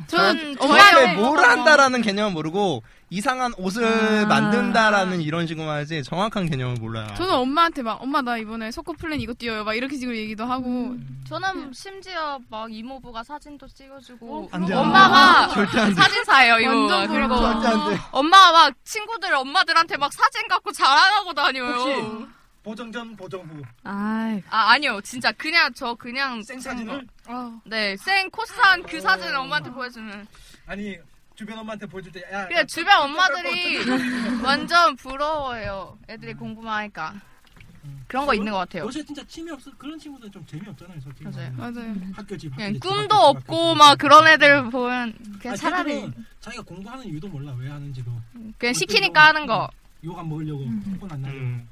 S4: 전
S9: 어,
S7: 처음에 뭘 한다라는 개념은 모르고 이상한 옷을
S5: 아.
S7: 만든다라는 이런 식으로 하지 정확한 개념을 몰라요.
S9: 저는 엄마한테 막 엄마 나 이번에 속고 플랜 이거 뛰어요 막 이렇게 식으로 얘기도 하고
S4: 뭐, 저는 심지어 막 이모부가 사진도 찍어주고
S7: 안 돼, 안 돼.
S4: 엄마가
S7: 절대 안 돼.
S4: 사진사예요 이모가
S9: 아, 완전
S4: 그리고
S9: 부럽다. 절대 안 돼.
S4: 엄마가 막 친구들 엄마들한테 막 사진 갖고 자랑하고 다녀요
S3: 혹시 보정 전 보정 후
S5: 아,
S4: 아 아니요 진짜 그냥 저 그냥 생
S3: 사진을?
S4: 네생 코스한 그 사진을 엄마한테 보여주는
S3: 아니 주변 엄마한테 보여줄 때 야,
S4: 그냥 주변 엄마들이 완전 부러워해요 애들이 공부만 하니까 그런 거 있는 것 같아요
S3: 요새 진짜 취미 없어 그런 친구들은 좀 재미없잖아요. 솔직히
S4: 맞아요.
S9: 맞아요.
S3: 학교 집
S4: 그냥
S3: 밖에 집
S4: 꿈도
S3: 밖에 집
S4: 없고
S3: 밖에
S4: 막
S3: 집
S4: 그런 애들 보면 그냥
S3: 아니,
S4: 차라리
S3: 걔들은 자기가 공부하는 이유도 몰라 왜 하는지도
S4: 그냥 시키니까 하는 거
S3: 욕 안 먹으려고
S4: 음.
S3: 혼안 나려고
S7: 음.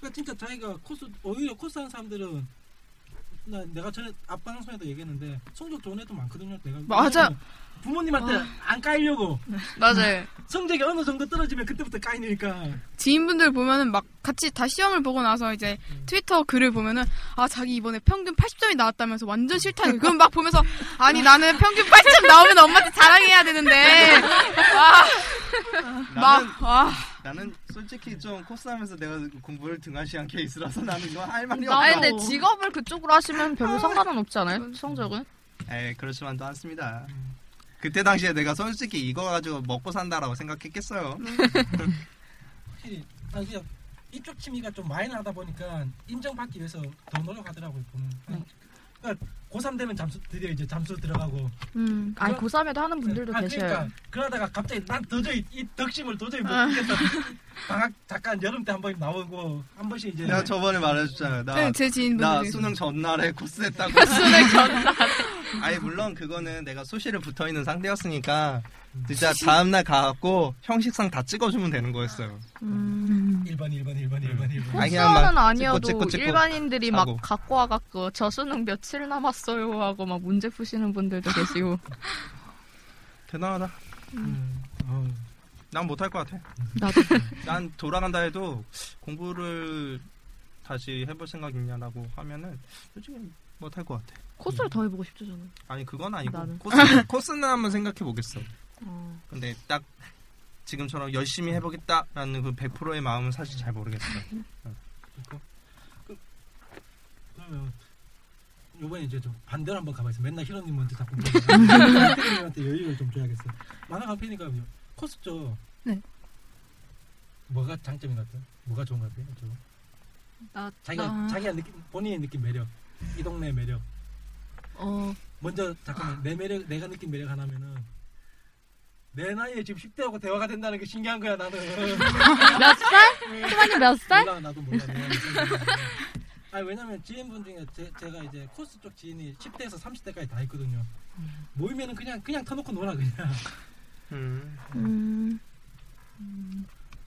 S3: 그러니까 진짜 자기가 코스 오히려 코스 하는 사람들은 나 내가 전에 앞 방송에도 얘기했는데 성적 좋은 애도 많거든요 내가
S4: 맞아. 아.
S3: 부모님한테 안 까이려고
S4: 맞아요
S3: 성적이 어느 정도 떨어지면 그때부터 까이니까
S9: 지인분들 보면은 막 같이 다 시험을 보고 나서 이제 트위터 글을 보면은 아 자기 이번에 평균 80점이 나왔다면서 완전 싫다 그럼 막 보면서 아니 나는 평균 80점 나오면 엄마한테 자랑해야 되는데 아.
S7: 나는,
S9: 와와
S7: 나는 솔직히 좀 코스하면서 내가 공부를 등한시한 케이스라서 나는 이거 할 말이 없다.
S4: 아니 근데 직업을 그쪽으로 하시면 별로 상관은 없지 않아요? 성적은?
S7: 에 예, 그렇지만도 않습니다. 그때 당시에 내가 솔직히 이거 가지고 먹고 산다라고 생각했겠어요.
S3: 확실히 아 이게 이쪽 취미가 좀 마이너하다 보니까 인정받기 위해서 더 노력하더라고요 보면
S4: 네.
S3: 그러니까 고3 되면 잠수 드디어 이제 잠수 들어가고
S4: 음. 아니 고3에도 하는 분들도
S3: 아,
S4: 계셔요. 아.
S3: 그러니까 그러다가 갑자기 난 도저히 이 덕심을 도저히 못 이겠다. 방학 잠깐 여름 때 한 번 나오고 한 번씩 이제
S7: 내가 저번에 말해줬잖아요. 나,
S9: 네, 제 지인분들이.
S7: 나 수능 전날에 코스했다고.
S5: 아,
S7: 아니 물론 그거는 내가 수시를 붙어 있는 상태였으니까 진짜 다음 날 가갖고 형식상 다 찍어주면 되는 거였어요.
S5: 음.
S3: 1번 1번 1번 1번 1번.
S7: 아니, 그냥 막
S4: 수학은
S7: 찍고,
S4: 아니어도
S7: 찍고, 찍고
S4: 일반인들이 막
S7: 하고.
S4: 갖고 와갖고 저 수능 며칠 남았어요 하고 막 문제 푸시는 분들도 계시고
S7: 대단하다. 음. 어. 난 못할 것 같아.
S5: 음. 나도.
S7: 난 돌아간다 해도 공부를 다시 해볼 생각 있냐라고 하면은 솔직히 못할 것 같아.
S5: 코스를 더 해보고 싶죠, 저는.
S7: 아니 그건 아니고
S5: 나는.
S7: 코스, 코스는 한번 생각해 보겠어.
S5: 어.
S7: 근데 딱 지금처럼 열심히 해보겠다라는 그 100%의 마음은 사실 잘 모르겠어.
S3: 그러니까 그 그러면 이번에 이제 좀 반대로 한번 가봐야겠어. 맨날 희롱님 먼저 자꾸. 희롱님한테 여유를 좀 줘야겠어. 만화 카페니까 코스 죠
S8: 네.
S3: 뭐가 장점인 것 같아? 뭐가 좋은 것 같아? 저
S8: 나,
S3: 자기가
S8: 나-
S3: 자기가 느낀 본인의 느낀 매력, 이 동네 매력.
S8: 어,
S3: 먼저 잠깐만 내 매력 내가 느낀 매력 하나면은 내 나이에 지금 10대하고 대화가 된다는 게 신기한 거야 나는
S5: 몇 살? 희만이 몇 살?
S3: 몰라 나도 몰라 내가 무슨 말인지. 아니 왜냐면 지인분 중에 제, 제가 이제 코스 쪽 지인이 10대에서 30대까지 다 있거든요 모이면은 그냥 그냥 터놓고 놀아 그냥
S7: 음.
S5: 음.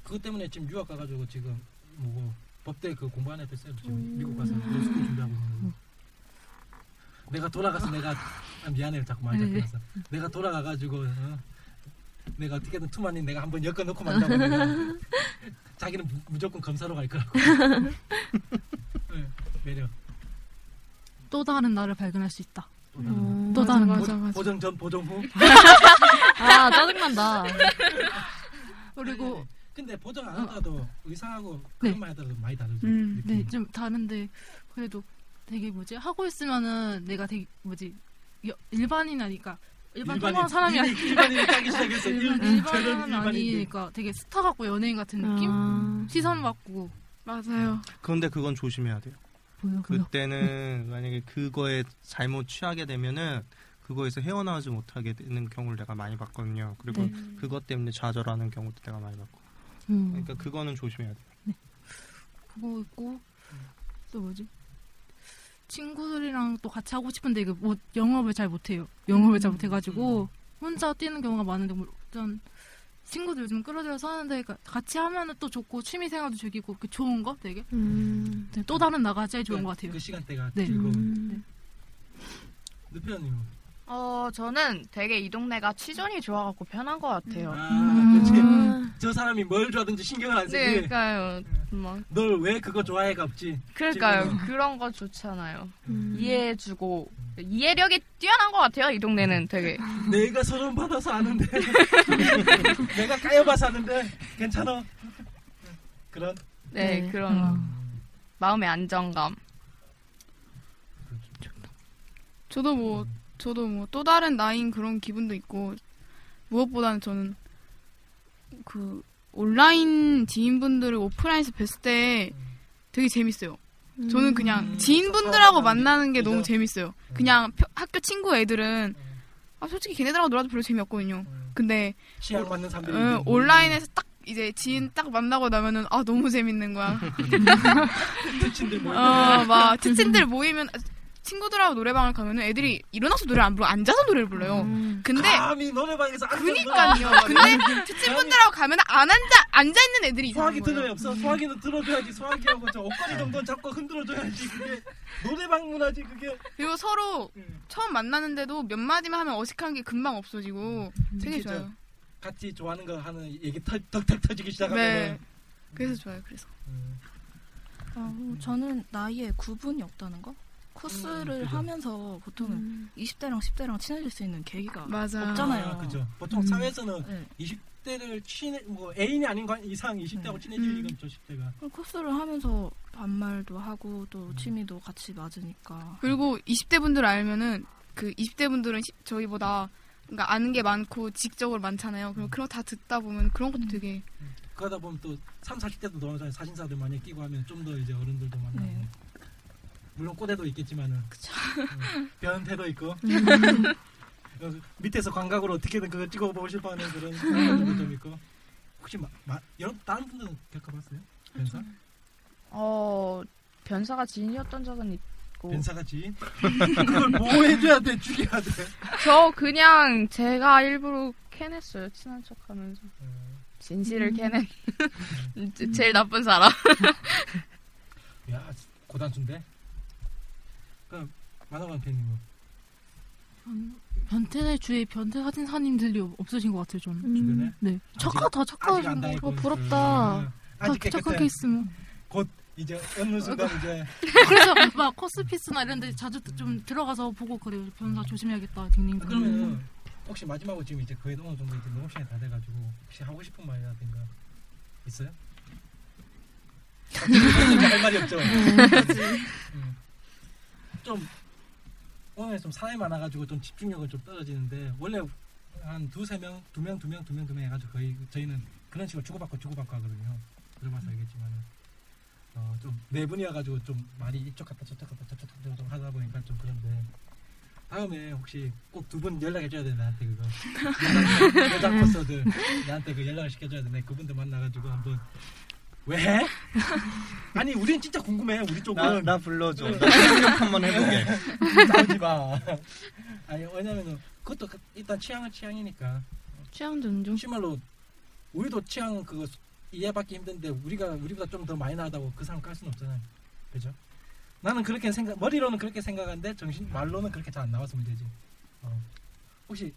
S3: 그것 때문에 지금 유학 가가지고 지금 뭐고 법대 그 공부하는 애들 쌤 지금 미국 가서 뭐 로스쿨 준비하고 있는 거 내가 돌아가서 내가 아, 미안해요 자꾸 말잡서 내가 돌아가가지고 어, 내가 어떻게든 투만인 내가 한번 엮어놓고 만나고 내가 자기는 무, 무조건 검사로 갈 거라고 네, 매력
S8: 또 다른 나를 발견할 수 있다.
S4: 음.
S3: 또
S8: 또 다른
S3: 다른
S8: 거.
S4: 뭐-
S9: 맞아 맞아
S3: 음. 보정 전 보정 후
S5: 아, 짜증난다.
S8: 그리고
S3: 근데 보정 안 하더라도 의상하고
S8: 네.
S3: 그것만 하더라도 많이 다르죠
S8: 음,
S3: 느낌이.
S8: 네, 좀 다른데 그래도 되게 뭐지 하고 있으면은 내가 되게 뭐지 여- 일반인 아니까 일반 평범한 사람이 아니
S3: 일반인이 까기 시작했어 일- 그
S8: 일반
S3: 저런
S8: 일반인은
S3: 일반인들.
S8: 아니니까 되게 스타 같고 연예인 같은 느낌
S5: 아.
S8: 시선 받고
S9: 맞아요
S7: 그런데 그건 조심해야 돼요.
S5: 보여, 보여.
S7: 그때는 만약에 그거에 잘못 취하게 되면은 그거에서 헤어나오지 못하게 되는 경우를 내가 많이 봤거든요. 그리고 그것 때문에 좌절하는 경우도 내가 많이 봤고.
S8: 음,
S7: 그러니까 그거는 조심해야 돼요.
S8: 그거 있고 또 뭐지 친구들이랑 또 같이 하고 싶은데 이게 뭐 영업을 잘 못해요 영업을
S9: 음.
S8: 잘 못해가지고 혼자 뛰는 경우가 많은데 뭐 일단 친구들 요즘 끌어들여서 하는데 가- 같이 하면은 또 좋고 취미 생활도 즐기고 그 좋은 거 되게
S5: 음.
S8: 네, 또
S9: 그렇죠.
S8: 다른 나가 제일 좋은 것 같아요.
S6: 음.
S3: 그 시간대가
S8: 네.
S3: 즐거운
S5: 음.
S3: 느표님
S4: 어, 저는 되게 이 동네가 취존이 좋아갖고 편한 것 같아요.
S8: 음.
S3: 그치.
S6: 음.
S3: 저 사람이 뭘 좋아하든지 신경을 안
S4: 네,
S3: 쓰지.
S4: 그러니까요. 막.
S3: 널 왜 그거 좋아해가 없지.
S4: 그러니까요.
S3: 지금.
S4: 그런 거 좋잖아요.
S6: 음. 예.
S4: 이해해주고. 이해력이 뛰어난 것 같아요, 이 동네는 되게.
S8: 음.
S3: 내가 서름 받아서 아는데. 내가 까여봐서 아는데 괜찮아. 그런.
S4: 네, 그런 마음의 안정감.
S9: 저도 뭐
S3: 음.
S9: 저도 뭐 또 다른 나인 그런 기분도 있고 무엇보다는 저는 그 온라인 지인분들을 오프라인에서 뵀을 때 되게 재밌어요.
S6: 음.
S9: 저는 그냥 지인분들하고 만나는 게 너무 재밌어요. 그냥 표- 학교 친구 애들은 아 솔직히 걔네들하고 놀아도 별로 재미없거든요.
S8: 음.
S9: 근데
S3: 시야 맞는 사람들이
S8: 어,
S9: 응,
S3: 있는데.
S9: 온라인에서 딱 이제 지인 딱 만나고 나면은 아 너무 재밌는 거야.
S3: 음. 특친들 뭐 모이면.
S9: 어막 특친들 모이면 친구들하고 노래방을 가면은 애들이 일어나서 노래 안 불러 앉아서 노래를 불러요.
S6: 음.
S9: 근데
S3: 감히 아, 노래방에서
S9: 그니까요. 근데 특친분들하고 가면 안 앉아 앉아 있는 애들이
S3: 소화기
S9: 이상한 거예요. 네.
S3: 드는 없어. 소화기는 들어줘야지. 소화기하고 저 옷걸이 정도는 잡고 흔들어줘야지. 그게 노래방 문화지 그게.
S9: 그리고 서로
S3: 네.
S9: 처음 만나는데도 몇 마디만 하면 어색한 게 금방
S3: 음,
S9: 없어지고 되게
S3: 진짜
S9: 좋아요.
S3: 같이 좋아하는 거 하는 얘기 터, 덕덕 터지기 시작하면.
S9: 네. 그래서 좋아요. 그래서
S6: 아, 뭐 저는 나이에 구분이 없다는 거?
S7: 음,
S6: 코스를 하면서
S4: 음.
S6: 보통은
S9: 음.
S6: 20대랑 10대랑 친해질 수 있는 계기가 없잖아요.
S9: 네.
S3: 아, 그죠. 보통
S6: 음.
S3: 사회에서는 20대를 친해 뭐 애인이 아닌 거 이상 20대하고 친해질
S9: 음.
S3: 리가 없죠 10대가.
S6: 그럼 코스를 하면서 반말도 하고
S7: 음.
S6: 또 취미도 같이 맞으니까.
S9: 그리고 20대 분들 알면은 그 20대 분들은 시- 저희보다 그러니까 아는 게 많고 지적으로 많잖아요.
S3: 음.
S9: 그럼 그런 거 다 듣다 보면 그런
S4: 음.
S9: 것도 되게
S3: 그러다 보면 또 3, 40대도 넘어서 사진사들 많이 끼고 하면 좀 더 이제 어른들도 만나고. 물론 꼬대도 있겠지만은. 네. 그쵸. 변태도 있고. 어, 밑에서 광각으로 어떻게든 그걸 찍어보실 바는 그런 것도 좀 있고. 혹시 마, 마, 여러분 다른 분들은 겪어봤어요? 변사?
S4: 어, 변사가 지인이었던 적은 있고.
S3: 변사가 지인? 그걸 뭐 해줘야 돼? 죽여야 돼?
S4: 저 그냥 제가 일부러 캐냈어요, 친한 척 하면서. 진실을
S9: 음.
S4: 캐낸. 제- 제일 나쁜 사람.
S3: 야 고단수인데. 그럼 만화방 팬님은
S8: 변태 주위에 변태 사진사님들이 없으신 것 같아요 저는
S3: 주변에?
S8: 네 착하다
S3: 아직 안
S8: 착하다
S3: 닿고
S8: 어, 부럽다
S3: 있어요.
S8: 다
S3: 아직
S8: 착한
S3: 깨끗해.
S8: 케이스 뭐
S3: 곧 이제 어느 네. 순간 이제
S8: 그래서 막 코스피스나 이런 데 자주 좀 들어가서 보고 그래요 변사 조심해야겠다 딩딩
S3: 아, 그러면 혹시 마지막으로 지금 이제 거의 어느 정도 이제 농업시간이 다 돼가지고 혹시 하고 싶은 말이라든가 있어요? 할 말이 없죠. 음. 좀 오늘 좀 사람이 많아가지고 좀 집중력은 좀 떨어지는데 원래 한 두세 명, 두 명, 두 명, 두 명, 두 명 해가지고 거의 저희는 그런 식으로 주고받고 주고받고 하거든요. 들어봐서 알겠지만은 어, 좀네 분이어가지고 좀 말이 이쪽 갔다 저쪽 갔다 저쪽 갔다 좀 하다 보니까 좀 그런데 다음에 혹시 꼭 두 분 연락해줘야 돼 나한테 그거 여자- 여자 코스들 나한테 그 연락을 시켜줘야 돼. 내 그분들 만나가지고 한번 왜? 아니 우린 진짜 궁금해. 우리 쪽은
S7: 나- 나 불러줘.
S3: 네.
S7: 나 생각 한번 해보게.
S3: 싸우지 마. 아니 왜냐면은 그것도 그- 일단 취향은 취향이니까.
S4: 취향 존중.
S3: 심말로 우리도 취향 그거 수- 이해받기 힘든데 우리가 우리보다 좀 더 많이 나다고 그 사람 깔 수는 없잖아요. 그죠? 나는 그렇게 생각 머리로는 그렇게 생각하는데 정신 말로는 그렇게 잘 안 나와서 문제지. 어. 혹시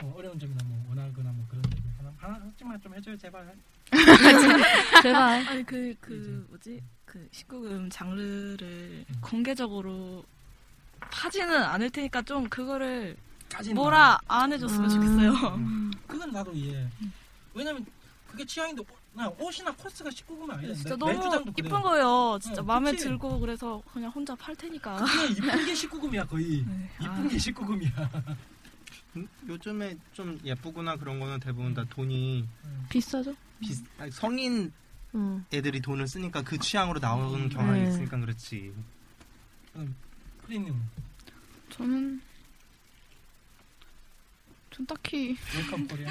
S3: 뭐 어려운 점이나 뭐 원하거나 뭐 그런 얘기 하나 하나씩만 좀 해줘요 제발.
S6: 아니 그 그 뭐지 그 19금 장르를 공개적으로 하지는 않을 테니까 좀 그거를
S3: 까지는
S6: 뭐라
S3: 않아.
S6: 안 해줬으면 좋겠어요.
S3: 음. 그건 나도 이해. 왜냐면 그게 취향인데 옷- 나 옷이나 코스가 19금은 아니야.
S6: 진짜
S3: 내-
S6: 너무
S3: 맥주잔도 네. 그래요.
S6: 이쁜 거예요. 진짜
S3: 응,
S6: 마음에
S3: 그치?
S6: 들고 그래서 그냥 혼자 팔 테니까.
S3: 그게 이쁜 게 19금이야 거의.
S6: 네.
S3: 이쁜
S6: 아.
S3: 게 19금이야.
S7: 음, 요즘에 좀 예쁘거나 그런 거는 대부분 다 돈이
S5: 비싸죠?
S7: 비슷 아니, 성인
S5: 음.
S7: 애들이 돈을 쓰니까 그 취향으로 나오는 경향이
S9: 네.
S7: 있으니까 그렇지.
S3: 프리님
S9: 저는 전 딱히
S3: 웰컴 코리아.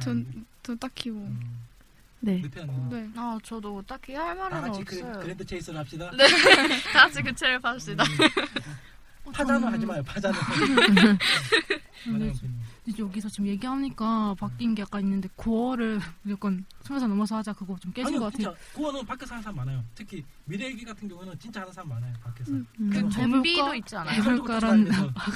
S9: 전, 전 딱히 뭐
S3: 음.
S5: 네.
S9: 네.
S4: 아, 저도 딱히 할
S3: 다
S4: 말은
S3: 같이 그,
S4: 없어요.
S3: 그랜드 체이스를 합시다. 음.
S4: 네, 다 같이 교체를 봅시다.
S3: 네. 파자는 하지 마요. 파자는.
S8: 저는
S3: 좀-
S8: 이제 여기서 지금 얘기하니까 바뀐 게 약간 있는데 고어를 무조건 스무 살 넘어서 하자 그거 좀 깨진
S3: 아니요,
S8: 것 같아요.
S3: 진짜 그거는 밖에서 하는 사람 많아요. 특히 미래일기 같은 경우는 진짜 하는 사람 많아요. 밖에서.
S8: 음.
S3: 아,
S8: 그럼 해볼까? 해볼까라는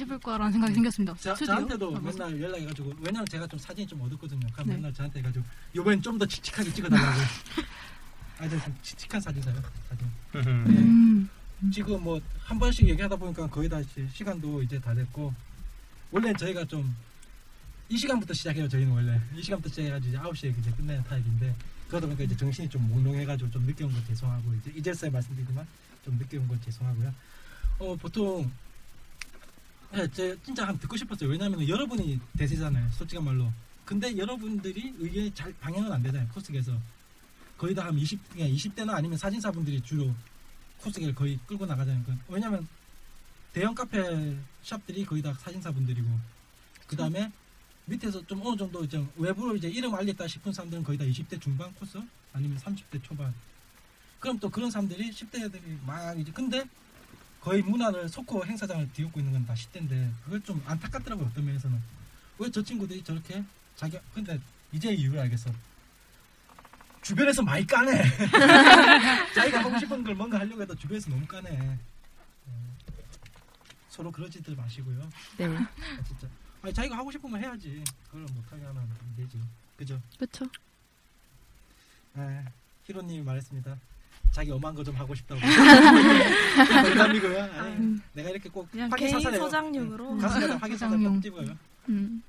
S8: 해볼까라는 생각이 생겼습니다.
S3: 자,
S8: 스튜디오?
S3: 저한테도
S8: 아, 무슨-
S3: 맨날 연락해가지고 왜냐면 제가 좀 사진이 좀 어둡거든요. 그럼
S8: 네.
S3: 맨날 저한테 해가지고 이번엔 좀 더 칙칙하게 찍어달라고. 아, 저 칙칙한 사진사요. 사진.
S8: 음.
S3: 지금 뭐 한 번씩 얘기하다 보니까 거의 다 이제 시간도 이제 다 됐고 원래 저희가 좀 이 시간부터 시작해요 저희는 원래 이 시간부터 시작해가지고 이제 9시에 이제 끝내는 타입인데 그러다 보니까 이제 정신이 좀 몽롱해가지고 좀 늦게 온 거 죄송하고 이제 이제서야 말씀드리지만 좀 늦게 온 거 죄송하고요 어 보통 예, 제 진짜 한 듣고 싶었어요 왜냐면 여러분이 대세잖아요 솔직한 말로 근데 여러분들이 의견이 잘 방향은 안 되잖아요 코스에서 거의 다 한 20, 그냥 20대나 아니면 사진사분들이 주로 코스기를 거의 끌고 나가자는 건 왜냐면 대형 카페 샵들이 거의 다 사진사분들이고 그 다음에 밑에서 좀 어느 정도 이제 외부로 이제 이름 알렸다 싶은 사람들은 거의 다 20대 중반 코스 아니면 30대 초반 그럼 또 그런 사람들이 10대들이 막 이제 근데 거의 문화를 소코 행사장을 뒤엎고 있는 건 다 10대인데 그걸 좀 안타깝더라고요 어떤 면에서는 왜 저 친구들이 저렇게 자기 근데 이제 이유를 알겠어 주변에서 많이 까네 자기가 하고 싶은 걸 뭔가 하려고 해도 주변에서 너무 까네 어, 서로 그러지들 마시고요
S5: 네.
S3: 아, 진짜 아니 자기가 하고 싶은 거 해야지 그걸 못하게 하면 안 되지 그죠
S8: 그렇죠.
S3: 아, 히로님이 말했습니다. 자기 엄한 거 좀 하고 싶다고. 농담이고요. 아니,
S6: 음.
S3: 내가 이렇게 꼭
S6: 그냥
S3: 화기
S6: 개인
S3: 사살해요.
S6: 소장용으로.
S3: 응, 가슴에다 화기 사살 꼭
S6: 소장용.
S3: 찍어요.
S6: 음.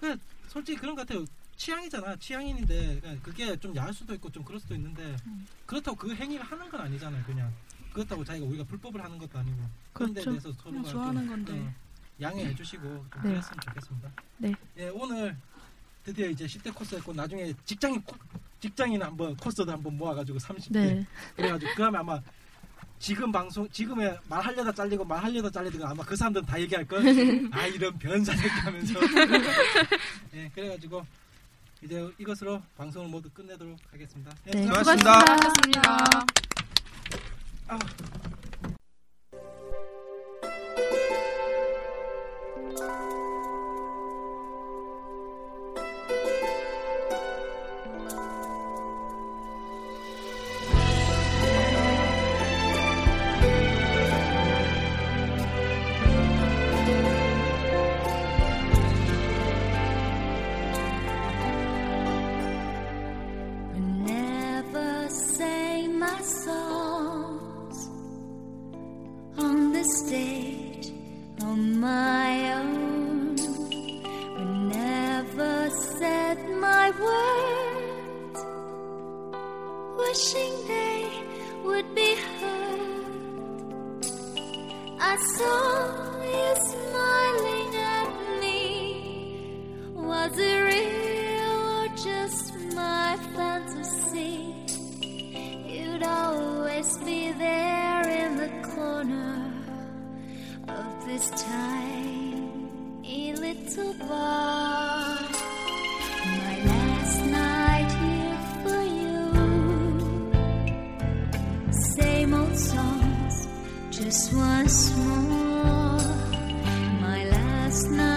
S3: 그 솔직히 그런 것 같아요. 취향이잖아. 취향인데 그러니까 그게 좀 야할 수도 있고 좀 그럴 수도 있는데
S6: 음.
S3: 그렇다고 그 행위를 하는 건 아니잖아요. 그냥 그렇다고 자기가 우리가 불법을 하는 것도 아니고 그런 데
S6: 그렇죠.
S3: 대해서 서로가 어,
S6: 그냥 좋아하는 건데.
S3: 양해해 주시고 좀
S6: 네.
S3: 그랬으면 좋겠습니다.
S6: 네.
S3: 예, 오늘 드디어 이제 10대 코스였고 나중에 직장인 코- 직장인 한번 코스도 한번 모아가지고 30대
S8: 네.
S3: 그래가지고 그러면 아마 지금 방송 지금에 말하려다 잘리고 말하려다 잘리고 아마 그 사람들은 다 얘기할 걸. 아 이런 변사 새끼 하면서. 예, 그래가지고 이제 이것으로 방송을 모두 끝내도록 하겠습니다. 예,
S8: 네,
S3: 수고하셨습니다.
S8: 수고하셨습니다. 수고하셨습니다.
S11: Never say my songs on the stage on my own. Never said my words, wishing they would be heard. I saw you smiling at me. Was it real or just my fantasy? You'd always be there in the corner of this tiny little bar. My last night here for you. Same old songs, just once more. My last night.